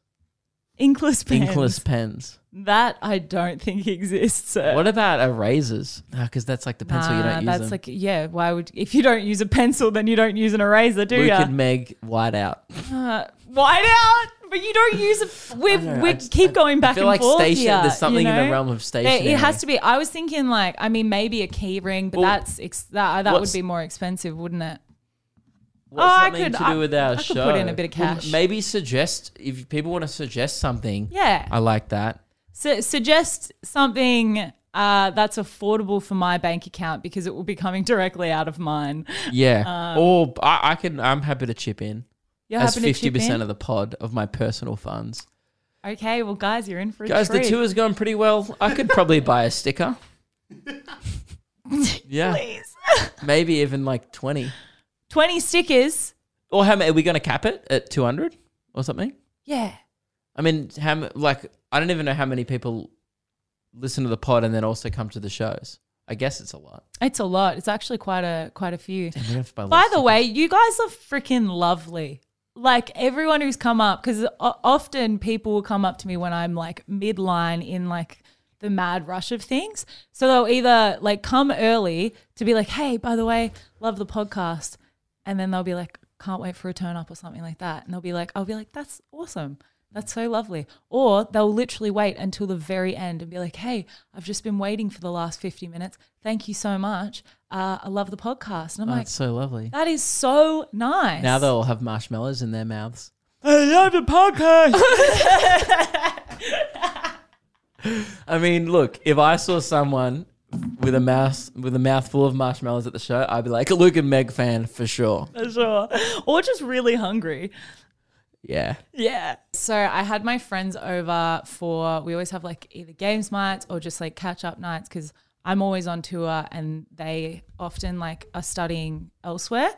Inkless pens.
Inkless pens.
That I don't think exists. Sir.
What about erasers? Because that's like the pencil you
Nah,
don't use.
that's
them.
like yeah. Why would if you don't use a pencil, then you don't use an eraser, do
Luke and
you?
Meg white out.
White out. But you don't use a. We
don't know,
we
I just-
keep going back
feel
and
like
forth
station-
here,
there's something
you
in the
know?
realm of
There- It
stationery.
has to be. I was thinking like I mean maybe a key ring, but
Well,
that's ex- that that would
what's-
be more expensive, wouldn't it?
What's
Oh, I
that mean
could-
to do
I-
with our
I could
show?
put in a bit of
Well,
cash.
maybe suggest if people want to suggest something.
Yeah.
I like that.
Su- suggest something uh, that's affordable for my bank account because it will be coming directly out of mine.
Yeah. or I, I can. I'm happy to chip in
Um, You're
as
happy to
fifty
chip
percent
in?
of the pod of my personal funds.
Okay, well, guys, you're in for a
Guys,
treat.
the tour has gone pretty well. I could probably buy a sticker. yeah.
Please.
Maybe even like twenty.
20 stickers.
Or how many? Are we going to cap it at two hundred or something?
Yeah.
I mean, how m- like I don't even know how many people listen to the pod and then also come to the shows. I guess it's a lot.
It's a lot. It's actually quite a quite a few.
We're gonna have to buy
By
lots
the
of-
way, you guys are freaking lovely. Like everyone who's come up, because often people will come up to me when I'm like midline in like the mad rush of things. So they'll either like come early to be like, hey, by the way, love the podcast. And then they'll be like, can't wait for a turn up or something like that. And they'll be like, I'll be like, that's awesome. That's so lovely. Or they'll literally wait until the very end and be like, hey, I've just been waiting for the last 50 minutes. Thank you so much. Uh, I love the podcast. And I'm
Oh,
like,
that's so lovely.
that is so nice.
Now they'll have marshmallows in their mouths.
I love the podcast.
I mean, look, if I saw someone with a mouse with a mouthful of marshmallows at the show, I'd be like a Luke and Meg fan for sure.
For sure. Or just really hungry.
Yeah.
Yeah. So I had my friends over for, we always have like either games nights or just like catch up nights because I'm always on tour and they often like are studying elsewhere.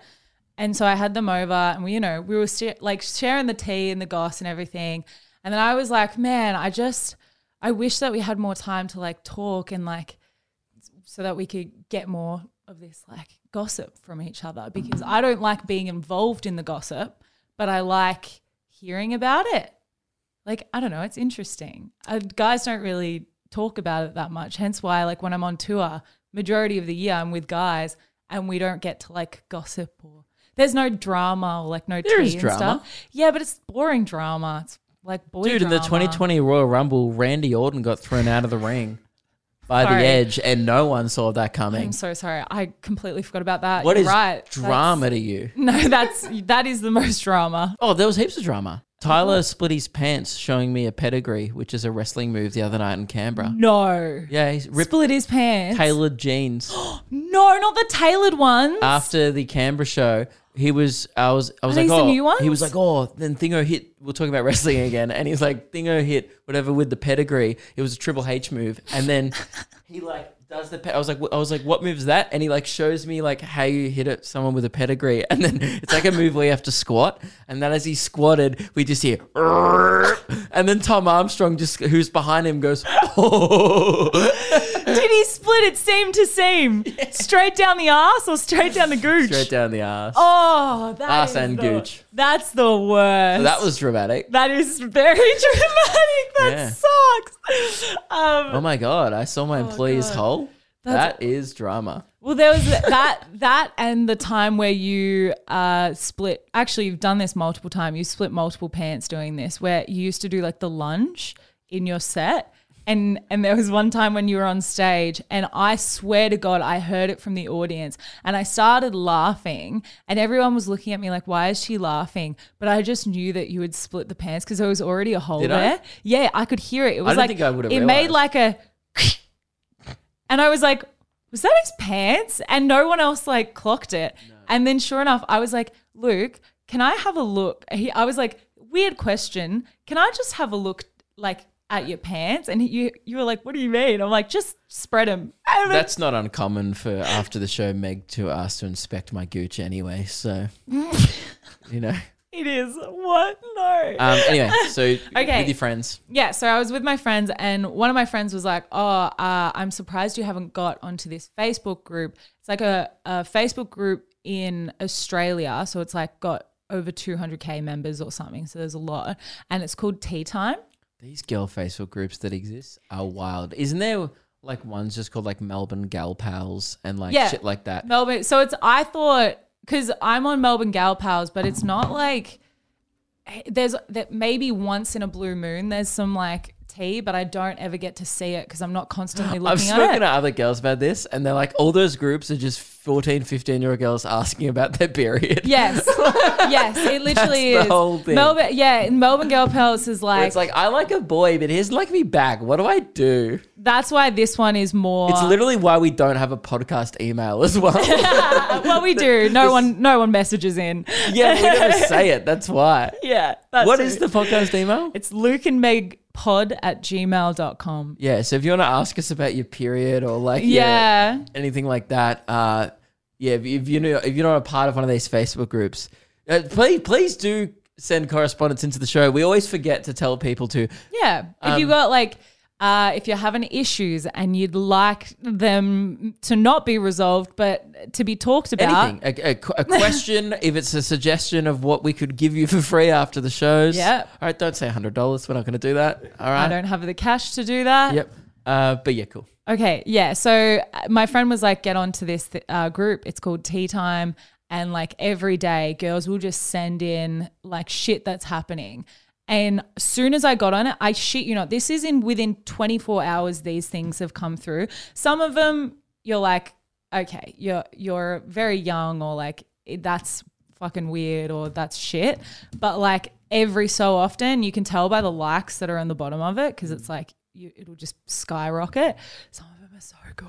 And so I had them over and we, you know, we were sh- like sharing the tea and the goss and everything. And then I was like, man, I just, I wish that we had more time to like talk and like, so that we could get more of this like gossip from each other because I don't like being involved in the gossip, but I like hearing about it. Like, I don't know, it's interesting. Uh guys don't really talk about it that much. Hence why, like, when I'm on tour, majority of the year I'm with guys and we don't get to like gossip or there's no drama or like no
There
tea
is
and
drama.
stuff. Yeah, but it's boring drama. It's like boy
Dude, in the
drama.
2020 Royal Rumble, Randy Orton got thrown out of the ring by
Sorry.
the edge, and no one saw that
I'm
coming.
so sorry. I completely forgot about that.
What
You're
is
right. That's-
drama to you?
No, that's that is the most drama.
Oh, there was heaps of drama. Tyler split his pants showing me a pedigree, which is a wrestling move the other night in Canberra.
No.
Yeah, he's ripped
Split his pants.
tailored jeans.
No, not the tailored ones.
After the Canberra show, he was I was I was
Are
like,
these the
oh,
new ones?
he was like, oh, then Thingo hit. We're talking about wrestling again, and he's like, Thingo hit whatever with the pedigree. It was a Triple H move, and then he like does the. Pe- I was like, wh- I was like, what move is that? And he like shows me like how you hit it someone with a pedigree, and then it's like a move where you have to squat, and then as he squatted, we just hear, and then Tom Armstrong just who's behind him goes,
Did he split it seam to seam? Straight down the ass or straight down the gooch?
straight down the ass.
Oh, that
Ass
is
and
the-
gooch.
That's the worst.
So that was dramatic.
that is very dramatic. That
Yeah.
sucks. Um,
Oh my god, I saw my employee's
Oh God.
hole.
That's-
That is drama.
Well, there was that that and the time where you uh, split. Actually, you've done this multiple times. You split multiple pants doing this, where you used to do like the lunge in your set, and and there was one time when you were on stage, and I swear to God, I heard it from the audience, and I started laughing, and everyone was looking at me like, "Why is she laughing?" But I just knew that you had split the pants because there was already a hole
Did I?
there. Yeah, I could hear it. It was
don't
like
think I would've
it made like
realised.
a. And I was like, was that his pants? And no one else like clocked it. And then sure enough, I was like, Luke, can I have a look? He, I was like, weird question. Can I just have a look like at your pants? And he- you you were like, what do you mean? I'm like, just spread them.
That's not uncommon for after the show Meg to ask to inspect my gooch anyway, so you know.
it is. What? No.
Um anyway, so
Okay.
with your friends.
yeah, so I was with my friends, and one of my friends was like, "Oh, uh, I'm surprised you haven't got onto this Facebook group. It's like a, a Facebook group in Australia, so it's like got over 200k members or something. So there's a lot, and it's called Tea Time.
These girl Facebook groups that exist are wild. Isn't there like ones just called like Melbourne Gal Pals and like
Yeah.
shit like that?
Melbourne. So it's I thought because I'm on Melbourne Gal Pals, but eh, it's not like there's that maybe once in a blue moon there's some like tea, but I don't ever get to see it because I'm not constantly
I've
looking at
spoken
it.
to other girls about this, and they're like, all those groups are just 14, 15 year old girls asking about their period.
Yes, yes, it literally
That's
is.
the whole thing.
Melbourne, yeah, Melbourne Girl Palace is
Where
like,
It's like, I like a boy, but he doesn't like me back. What do I do?
that's why this one is more.
It's literally why we don't have a podcast email as well.
well, we do. No one, no one messages in.
yeah, we never say it. That's why.
Yeah, that's
What
it.
is the podcast email?
It's Luke and Meg pod at gmail.com.
Yeah, so if you want to ask us about your period or like yeah,
Yeah. yeah.
anything like that, uh, yeah, if, if you know if you're not a part of one of these Facebook groups, uh, please please do send correspondence into the show. We always forget to tell people to.
If
Um,
you got like, uh, if you're having issues and you'd like them to not be resolved, but to be talked about.
Anything, a, a qu- a question, if it's a suggestion of what we could give you for free after the shows.
Yep.
All right, don't say $100. We're not going to do that. All right.
I don't have the cash to do that.
Yep. Uh, but yeah, cool.
Okay, yeah. So uh, my friend was like, get onto this th- uh, group. It's called Tea Time. And like every day, girls will just send in like shit that's happening. And soon as I got on it, I shit you not, this is in within 24 hours, these things have come through. Some of them, you're like, okay, you're you're very young, or like it- that's fucking weird, or that's shit. But like every so often, you can tell by the likes that are on the bottom of it because it's like you, it'll just skyrocket. Some of them are so good.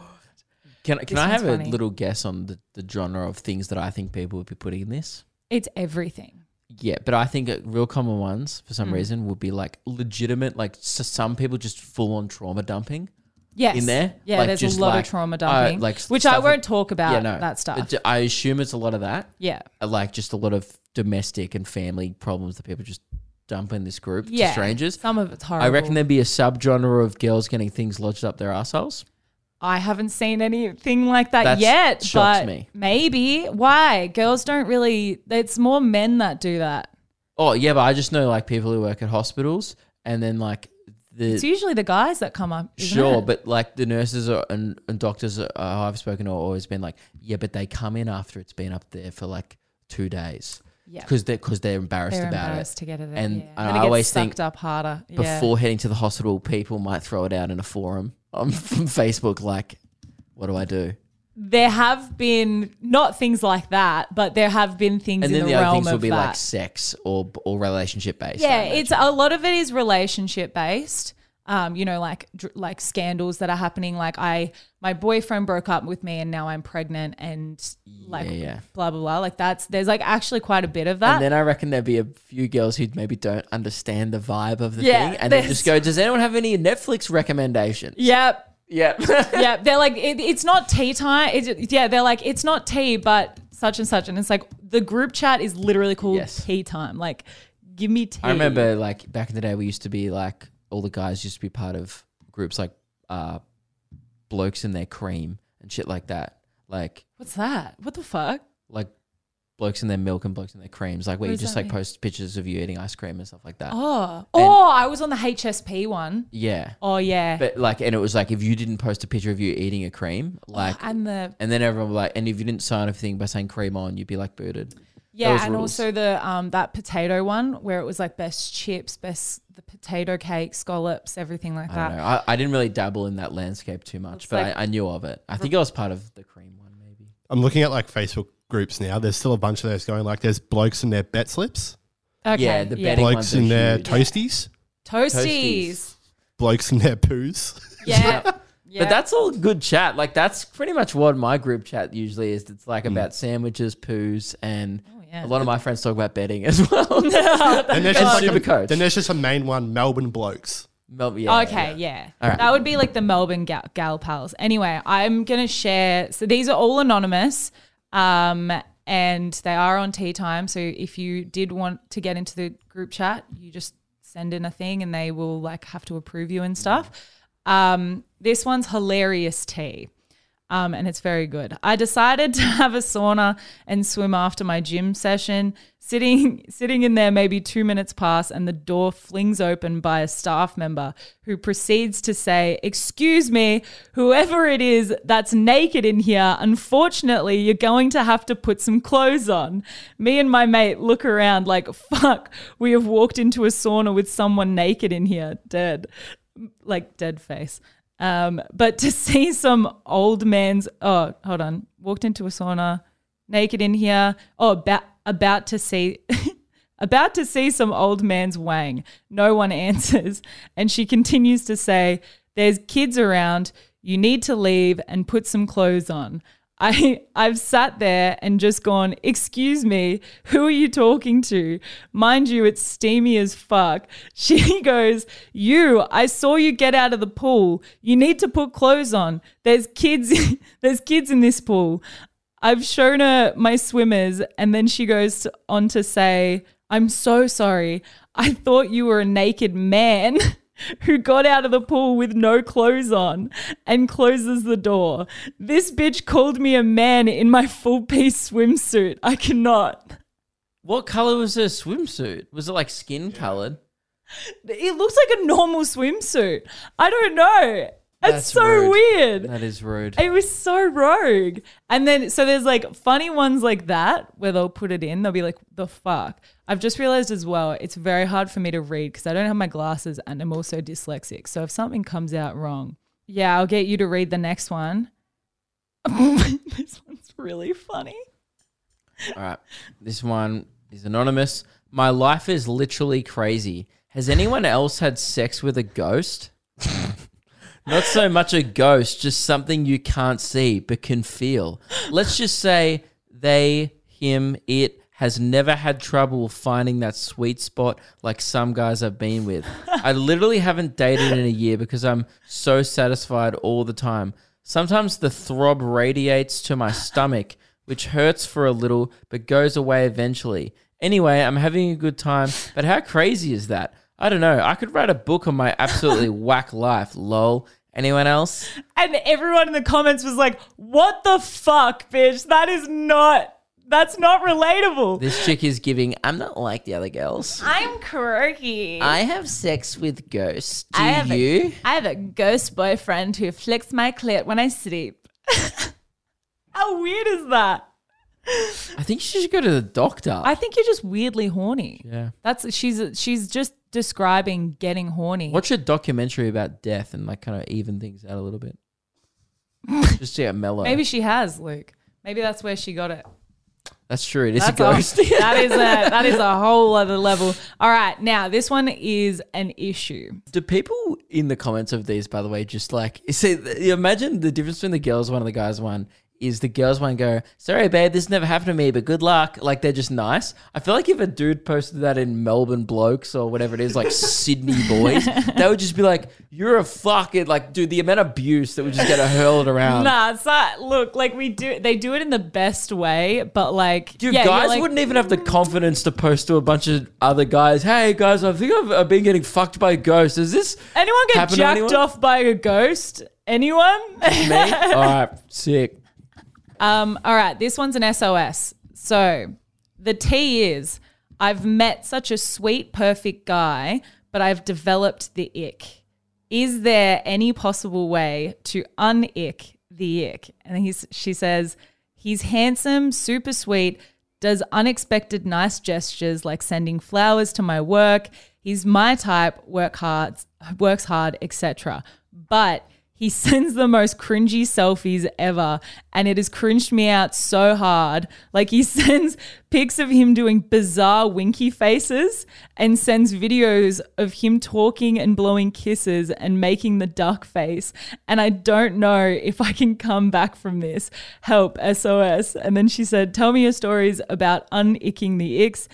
Can, can
This
I have
one's
a
funny.
little guess on the, the genre of things that I think people would be putting in this?
It's everything.
Yeah, but I think uh, real common ones for some
Hmm.
reason would be like legitimate, like so some people just full on trauma dumping
Yes.
in there.
Yeah,
Like,
there's
just
a lot
like,
of trauma
uh,
dumping,
like
which I
stuff
won't
with-
talk about
yeah, no.
that stuff.
But I assume it's a lot of that.
yeah.
Uh, Like just a lot of domestic and family problems that people just dump in this group
Yeah.
to strangers.
Some of it's horrible.
I reckon there'd be a subgenre of girls getting things lodged up their assholes.
I haven't seen anything like that
That's-
yet.
shocks
but
me.
maybe. Why? Girls don't really it's more men that do that.
Oh yeah, but I just know like people who work at hospitals, and then like the
It's usually the guys that come up. isn't
sure,
it?
but like the nurses are, and, and doctors are, uh, I've spoken to have always been like, yeah, but they come in after it's been up there for like two days,
Yeah.
because they're because they're embarrassed
they're
about
embarrassed
it.
to get it. in,
And-
yeah.
and
Then
I
it gets
always
sucked
think
up harder Yeah.
Before heading to the hospital, people might throw it out in a forum on from Facebook, like, what do I do?
There have been not things like that, but there have been things
And
in
then
the,
the, other
realm
things
of
will be
that.
like sex or or relationship based.
yeah, it's a lot of it is relationship based. Um, you know, like dr- like scandals that are happening. Like I, my boyfriend broke up with me, and now I'm pregnant, and like
Yeah, yeah.
blah blah blah. Like that's there's like actually quite a bit of that.
And then I reckon there'd be a few girls who maybe don't understand the vibe of the
Yeah,
thing and then
there's-
just go, Does anyone have any Netflix recommendations?
yep,
Yeah.
yeah, they're like, it, it's not tea time. It's, yeah, they're like, it's not tea, but such and such. And it's like, the group chat is literally called
Yes.
tea time. Like, give me tea.
I remember like back in the day we used to be like all the guys used to be part of groups like uh blokes in their cream and shit like that. Like
What's that? What the fuck?
like blokes in their milk and blokes in their creams, like where you
does
just
that
like
mean?
post pictures of you eating ice cream and stuff like that.
Oh, oh, I was on the HSP one.
Yeah.
Oh, yeah.
But like and it was like if you didn't post a picture of you eating a cream,
Oh,
like
and the,
and then everyone would like and if you didn't sign anything by saying cream on, you'd be like booted.
yeah,
those
and
rules.
also the, um, that potato one where it was like best chips, best, the potato cake, scallops, everything like
I don't
that.
know. I, I didn't really dabble in that landscape too much,
It's
but
like-
I, I knew of it. I think I was part of the cream one, maybe.
I'm looking at like Facebook groups now. There's still a bunch of those going. Like there's blokes in their bet slips,
Okay.
Yeah, the betting-
blokes
ones are
in their
huge.
toasties,
Toasties.
blokes in their poos.
Yeah. yeah.
But that's all good chat. Like that's pretty much what my group chat usually is. It's like about sandwiches, poos, and
Oh, yeah.
a lot of my friends talk about betting as well. and
And there's just like
super
a,
coach.
Then there's just a main one, Melbourne blokes.
Mel- yeah,
okay, yeah.
All right.
That would be like the Melbourne gal, gal pals. Anyway, I'm going to share. So these are all anonymous um, and they are on tea time. So if you did want to get into the group chat, you just send in a thing and they will like have to approve you and stuff. Um, this one's hilarious tea. Um, and it's very good. I decided to have a sauna and swim after my gym session. Sitting sitting in there, maybe two minutes pass, and the door flings open by a staff member who proceeds to say, "Excuse me, whoever it is that's naked in here. Unfortunately, you're going to have to put some clothes on." Me and my mate look around like, "Fuck, we have walked into a sauna with someone naked in here, dead." like dead face. Um, but to see some old man's oh, hold on, walked into a sauna, naked in here. Oh, about about to see. About to see some old man's wang. No one answers. And she continues to say, There's kids around. You need to leave and put some clothes on. I, I've sat there and just gone, Excuse me, who are you talking to? Mind you, it's steamy as fuck. She goes, You, I saw you get out of the pool. You need to put clothes on. There's kids, there's kids in this pool. I've shown her my swimmers, and then she goes to- on to say, I'm so sorry. I thought you were a naked man who got out of the pool with no clothes on and closes the door. This bitch called me a man in my full piece swimsuit. I cannot.
What color was her swimsuit? Was it like skin colored?
It looks like a normal swimsuit. I don't know. It's
That's
so
rude.
weird.
That is rude.
It was so rogue. And then, so there's like funny ones like that where they'll put it in. They'll be like, the fuck. I've just realized as well, it's very hard for me to read because I don't have my glasses and I'm also dyslexic. So if something comes out wrong, yeah, I'll get you to read the next one. this one's really funny.
All right. This one is anonymous. My life is literally crazy. Has anyone else had sex with a ghost? Not so much a ghost, just something you can't see but can feel. Let's just say they, him, it has never had trouble finding that sweet spot like some guys I've been with. I literally haven't dated in a year because I'm so satisfied all the time. Sometimes the throb radiates to my stomach, which hurts for a little but goes away eventually. Anyway, I'm having a good time, but how crazy is that? I don't know. I could write a book on my absolutely whack life, lol. Anyone else?
And everyone in the comments was like, what the fuck, bitch? That is not, that's not relatable.
This chick is giving, I'm not like the other girls.
I'm quirky.
I have sex with ghosts. Do
I have a-
you?
I have a ghost boyfriend who flicks my clit when I sleep. How weird is that?
I think she should go to the doctor.
I think you're just weirdly horny.
Yeah.
That's she's she's just describing getting horny.
Watch a documentary about death and like kind of even things out a little bit. Just to get mellow.
Maybe she has, Luke. Maybe that's where she got it.
That's true. It is a
That's
ghost.
a- that is a that is a whole other level. All right, now this one is an issue.
Do people in the comments of these, by the way, just like see? You imagine the difference between the girls one and the guys one is the girls one go, "Sorry, babe, this never happened to me, but good luck." Like they're just nice. I feel like if a dude posted that in Melbourne blokes or whatever it is, like Sydney boys, they would just be like, "You're a fucking like, dude." The amount of abuse that would just get hurled around.
nah, it's not. Look, like we do, they do it in the best way, but like,
Dude,
yeah, you're
guys
like-
wouldn't e- even have the confidence to post to a bunch of other guys. Hey, guys, I think I've, I've been getting fucked by a ghost. Is this
Anyone get
happen to
jacked
anyone?
off by a ghost? Anyone?
me? All right, sick.
Um, all right, this one's an SOS. So the T is I've met such a sweet, perfect guy, but I've developed the ick. Is there any possible way to unick the ick? And he's, she says, he's handsome, super sweet, does unexpected nice gestures like sending flowers to my work. He's my type, work hard, works hard, etc. But he sends the most cringy selfies ever, and it has cringed me out so hard. Like, he sends pics of him doing bizarre winky faces and sends videos of him talking and blowing kisses and making the duck face. And I don't know if I can come back from this. Help, SOS. And then she said, Tell me your stories about unicking the icks.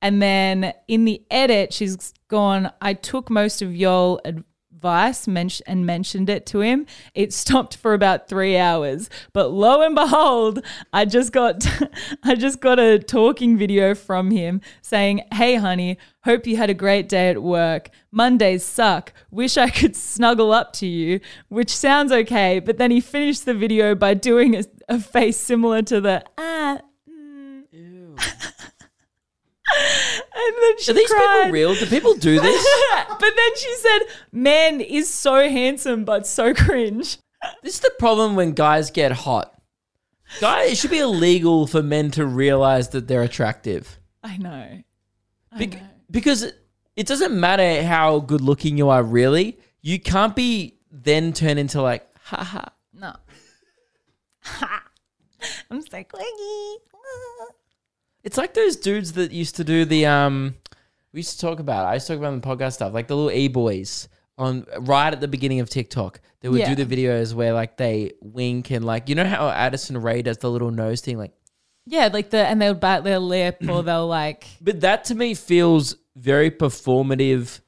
And then in the edit, she's gone, I took most of y'all advice men- and mentioned it to him. It stopped for about three hours. But lo and behold, I just got I just got a talking video from him saying, Hey honey, hope you had a great day at work. Mondays suck. Wish I could snuggle up to you, which sounds okay, but then he finished the video by doing a, a face similar to the ah mm." and then she
Are these
cried.
people real? Do people do this?
but then she said, "Man is so handsome, but so cringe."
this is the problem when guys get hot. Guys, it should be illegal for men to realize that they're attractive.
I know.
Bec- because it doesn't matter how good looking you are, really. You can't be then turn into like, ha ha.
No. I'm so clingy.
It's like those dudes that used to do the um we used to talk about. I used to talk about in the podcast stuff, like the little e boys on right at the beginning of TikTok. They would
Yeah.
do the videos where like they wink and like you know how Addison Ray does the little nose thing, like
Yeah, like the and they'll bite their lip or they'll like
But that to me feels very performative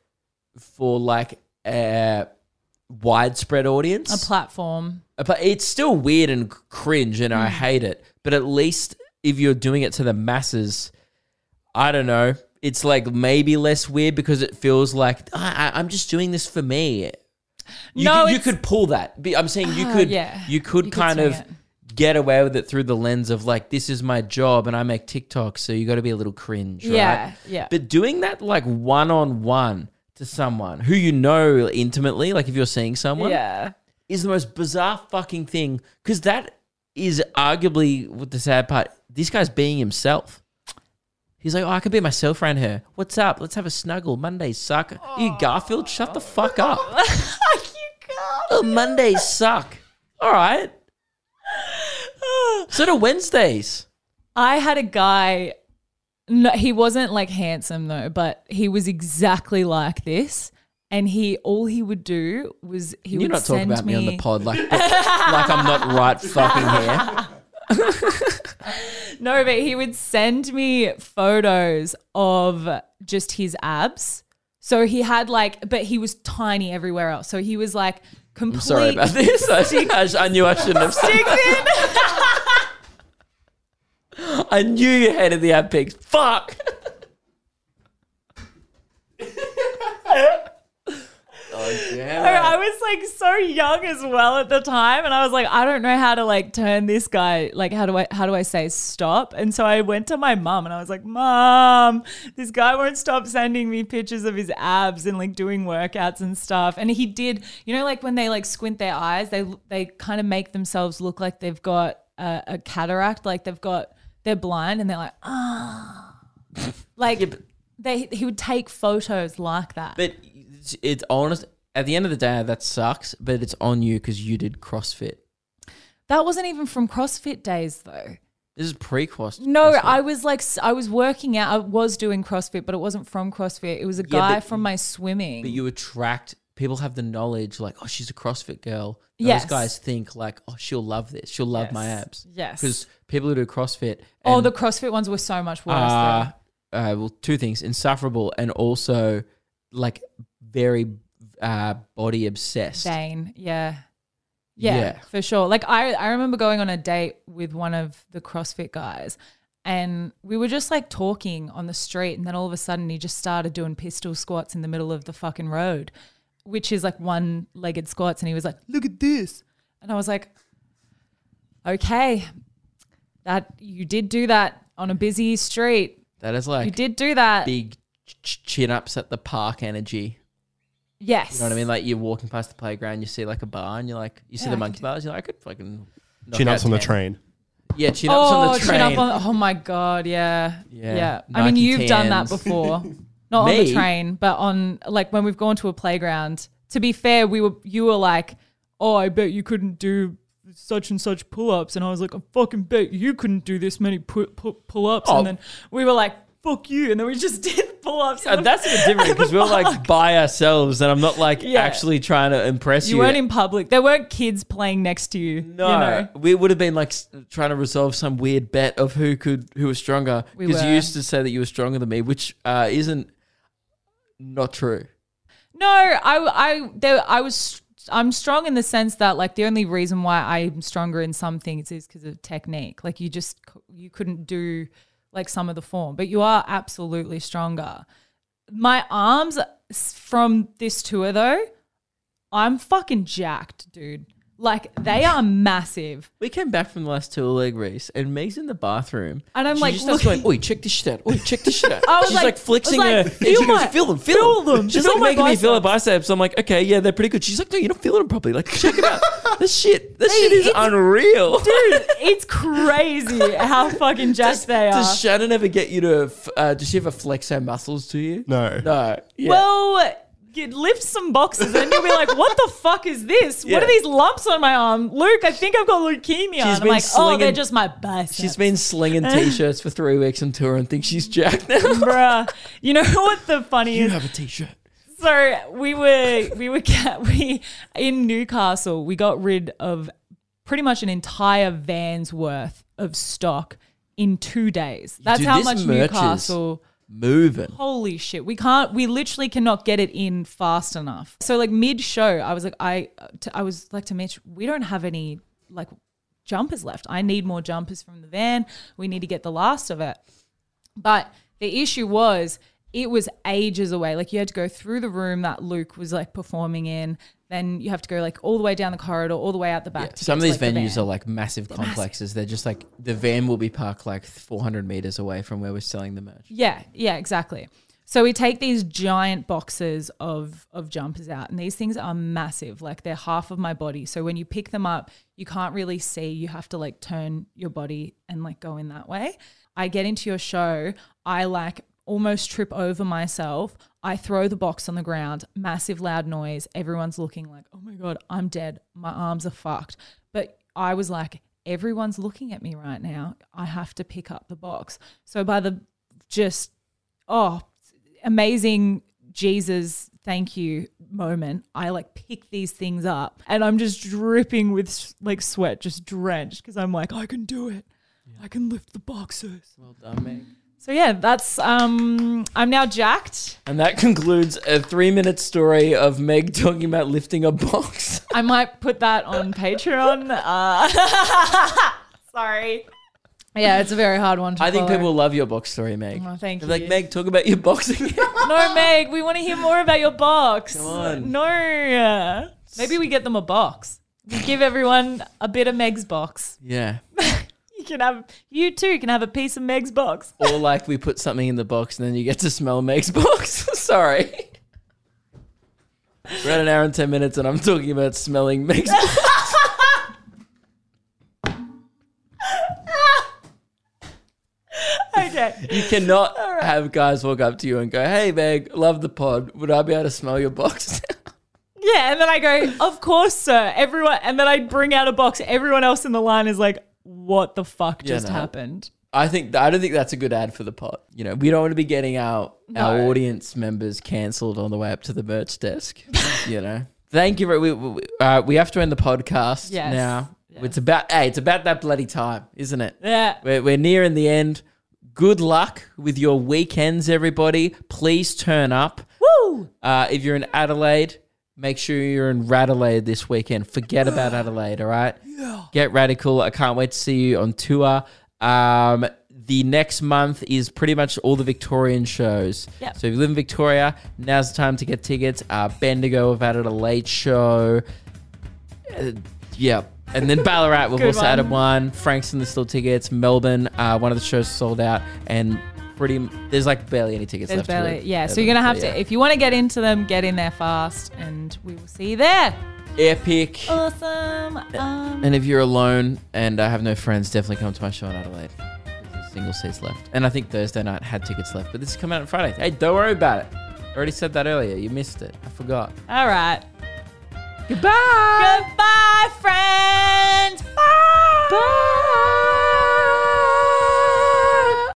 for like a widespread audience.
a platform.
but it's still weird and cringe, and
Mm.
I hate it. But at least if you're doing it to the masses, I don't know. It's like maybe less weird because it feels like "Ah, I, I, I'm just doing this for me. You,
No,
could, you
it's-
could pull that. Be- I'm saying you
Ah,
could,
yeah.
you could
You could
kind
swing
of
it.
get away with it through the lens of like this is my job and I make TikTok, so you got to be a little cringe,
Yeah,
right?
yeah.
But doing that like one on one to someone who you know intimately, like if you're seeing someone,
Yeah.
is the most bizarre fucking thing because that is arguably what the sad part. This guy's being himself. He's like, oh, I could be myself around her. What's up? Let's have a snuggle. Mondays suck. You Garfield, shut the fuck up. oh, Mondays suck. All right. So do Wednesdays.
I had a guy. No, he wasn't like handsome though, but he was exactly like this. And he, all he would do was he
You're
would
not talking
send
about me.
me
on the pod like, like I'm not right fucking here.
No, but he would send me photos of just his abs. So he had like, but he was tiny everywhere else. So he was like complete.
Sorry about this. I, I knew I shouldn't have said I knew you hated the ad pics. Fuck. oh,
I
damn.
was like so young as well at the time, and I was like, I don't know how to like turn this guy. Like, how do I how do I say stop? And so I went to my mum and I was like, Mom, this guy won't stop sending me pictures of his abs and like doing workouts and stuff. And he did, you know, like when they like squint their eyes, they they kind of make themselves look like they've got a, a cataract, like they've got they're blind and they're like, ah, like. they, he would take photos like that.
But it's, it's honest. At the end of the day, that sucks, but it's on you because you did CrossFit.
That wasn't even from CrossFit days though.
This is pre CrossFit.
No, I was like, s- I was working out. I was doing CrossFit, but it wasn't from CrossFit. It was a guy
but-
from my swimming.
But you attract, people have the knowledge, like, oh, she's a CrossFit girl. Those
Yes.
guys think, like, oh, she'll love this. She'll love my abs.
Yes.
Because people who do CrossFit.
oh,
and-
the CrossFit ones were so much worse.
uh,
though.
uh, well, two things: insufferable and also like very uh, body obsessed.
Vain, yeah. yeah,
Yeah.
for sure. Like I, I remember going on a date with one of the CrossFit guys, and we were just like talking on the street, and then all of a sudden he just started doing pistol squats in the middle of the fucking road, which is like one-legged squats, and he was like, "Look at this," and I was like, "Okay, that you did do that on a busy street.
That is
You
like
did do that.
big ch- chin ups at the park energy.
yes,
You know what I mean? Like you're walking past the playground, you see like a bar, and you're like, you see
Yeah, I
the
can
monkey
do-
bars. You're like, I could fucking knock
Chin ups
out
on the
10.
train.
Yeah, chin ups
Oh,
on the train.
chin up on. Oh my god, yeah,
Yeah,
yeah. I mean,
Nike
you've done that
tans.
before, not on
Me?
the train, but on like when we've gone to a playground. To be fair, we were you were like, oh, I bet you couldn't do such and such pull ups, and I was like, I fucking bet you couldn't do this many pu- pu- pull ups,
Oh.
and then we were like, fuck you, and then we just did pull ups.
Uh, that's a bit different because we we're like by ourselves, and I'm not like
Yeah.
actually trying to impress you.
you weren't in public. There weren't kids playing next to you.
No,
you know?
we would have been like s- trying to resolve some weird bet of who could who was stronger
We
because you
were.
used to say that you were stronger than me, which uh, isn't not true.
No, I, I, there, I was, I'm strong in the sense that like the only reason why I'm stronger in some things is because of technique. Like you just, c- you couldn't do like some of the form, but you are absolutely stronger. My arms s- from this tour though, I'm fucking jacked, dude. Like they are massive.
We came back from the last two leg race, and Meg's in the bathroom,
And I'm
she
like
just starts going,
looking-
"Oi, check this shit out! Oi, check this shit out!"
I was
She's like,
like- I was
flexing
like,
her, and
"Feel
she goes,
my-
"Feel them, feel,
feel
them."
them,
She's
feel
like
my
making me feel her biceps. I'm like, "Okay, yeah, they're pretty good." She's like, "No, you're not feeling them properly. Like, check it out. this shit, this shit is
it's-
unreal."
Dude, it's crazy how fucking jacked they are.
Does Shannon ever get you to? f- Uh, does she ever flex her muscles to you?
No.
No. Yeah.
Well, you lift some boxes and you'll be like, what the fuck is this? What
Yeah.
are these lumps on my arm? Luke, I think I've got leukemia. and I'm
been
like, oh, they're
slinging-
just my biceps.
She's been slinging t-shirts for three weeks on tour and thinks she's jacked now.
Bruh. You know what the funny
you
is?
have a t-shirt.
So we were we were ca- we in Newcastle. We got rid of pretty much an entire van's worth of stock in two days. That's
Dude,
how
this
much
merch is-
Newcastle.
Moving.
Holy shit! We can't. We literally cannot get it in fast enough. So like mid show, I was like, I t- I was like to Mitch, we don't have any like jumpers left. I need more jumpers from the van. We need to get the last of it. But the issue was it was ages away. Like you had to go through the room that Luke was like performing in. Then you have to go like all the way down the corridor, all the way out the back. to
Some of
get
these
to, like, the
venues
van.
are like massive complexes. They're just like the van will be parked like 400 meters away from where we're selling the merch.
Yeah, yeah, exactly. So we take these giant boxes of of jumpers out, and these things are massive. Like they're half of my body. So when you pick them up, you can't really see. You have to like turn your body and like go in that way. I get into your show. I like almost trip over myself. I throw the box on the ground. Massive loud noise. Everyone's looking like, oh my god, I'm dead. My arms are fucked. But I was like, everyone's looking at me right now. I have to pick up the box. So by the just oh amazing jesus thank you moment i like pick these things up and i'm just dripping with s- like sweat just drenched because i'm like i can do it i can lift the boxes
Well done, mate.
so yeah that's um i'm now jacked
And that concludes a three-minute story of Meg talking about lifting a box.
i might put that on patreon uh sorry yeah it's a very hard one to
I think
follow.
people love your box story, Meg.
Oh, thank
They're like,
you.
Meg, talk about your boxing.
no meg we want to hear more about your box Come
on.
no maybe we get them a box we give everyone a bit of meg's box
yeah.
you can have you too can have a piece of meg's box
Or like we put something in the box and then you get to smell Meg's box. Sorry. We're at an hour and 10 minutes and I'm talking about smelling Meg's box.
okay
You cannot have guys walk up to you and go, hey, Meg, love the pod. Would I be able to smell your box?
yeah and then i go of course sir everyone and then i bring out a box everyone else in the line is like what the fuck just
no.
happened
I think I don't think that's a good ad for the pod. You know, we don't want to be getting our our audience members cancelled on the way up to the merch desk. you know, thank you. very- We we, uh, we have to end the podcast
Yes.
now. It's about hey, it's about that bloody time, isn't it?
Yeah.
we're, we're nearing the end. Good luck with your weekends, everybody. Please turn up.
woo
Uh, if you're in Adelaide, make sure you're in Radelaide this weekend. Forget about Adelaide, all right? Yeah. Get radical. I can't wait to see you on tour. Um, the next month is pretty much all the Victorian shows.
Yep.
So if you live in Victoria, now's the time to get tickets. Uh, Bendigo have added a late show. Uh, yeah. And then Ballarat, we've
Good
also
one.
added one. Frankston, there's still tickets. Melbourne, uh, one of the shows sold out. And pretty, there's like barely any tickets
there's
left.
barely
really.
yeah so you're gonna have
Yeah.
to if you want to get into them get in there fast and we will see you there
epic.
awesome um,
And if you're alone and I have no friends, definitely come to my show in Adelaide. There's single seats left. And I think Thursday night had tickets left, but this is coming out on Friday. Hey, don't worry about it. I already said that earlier. You missed it. I forgot.
all right goodbye goodbye friends bye.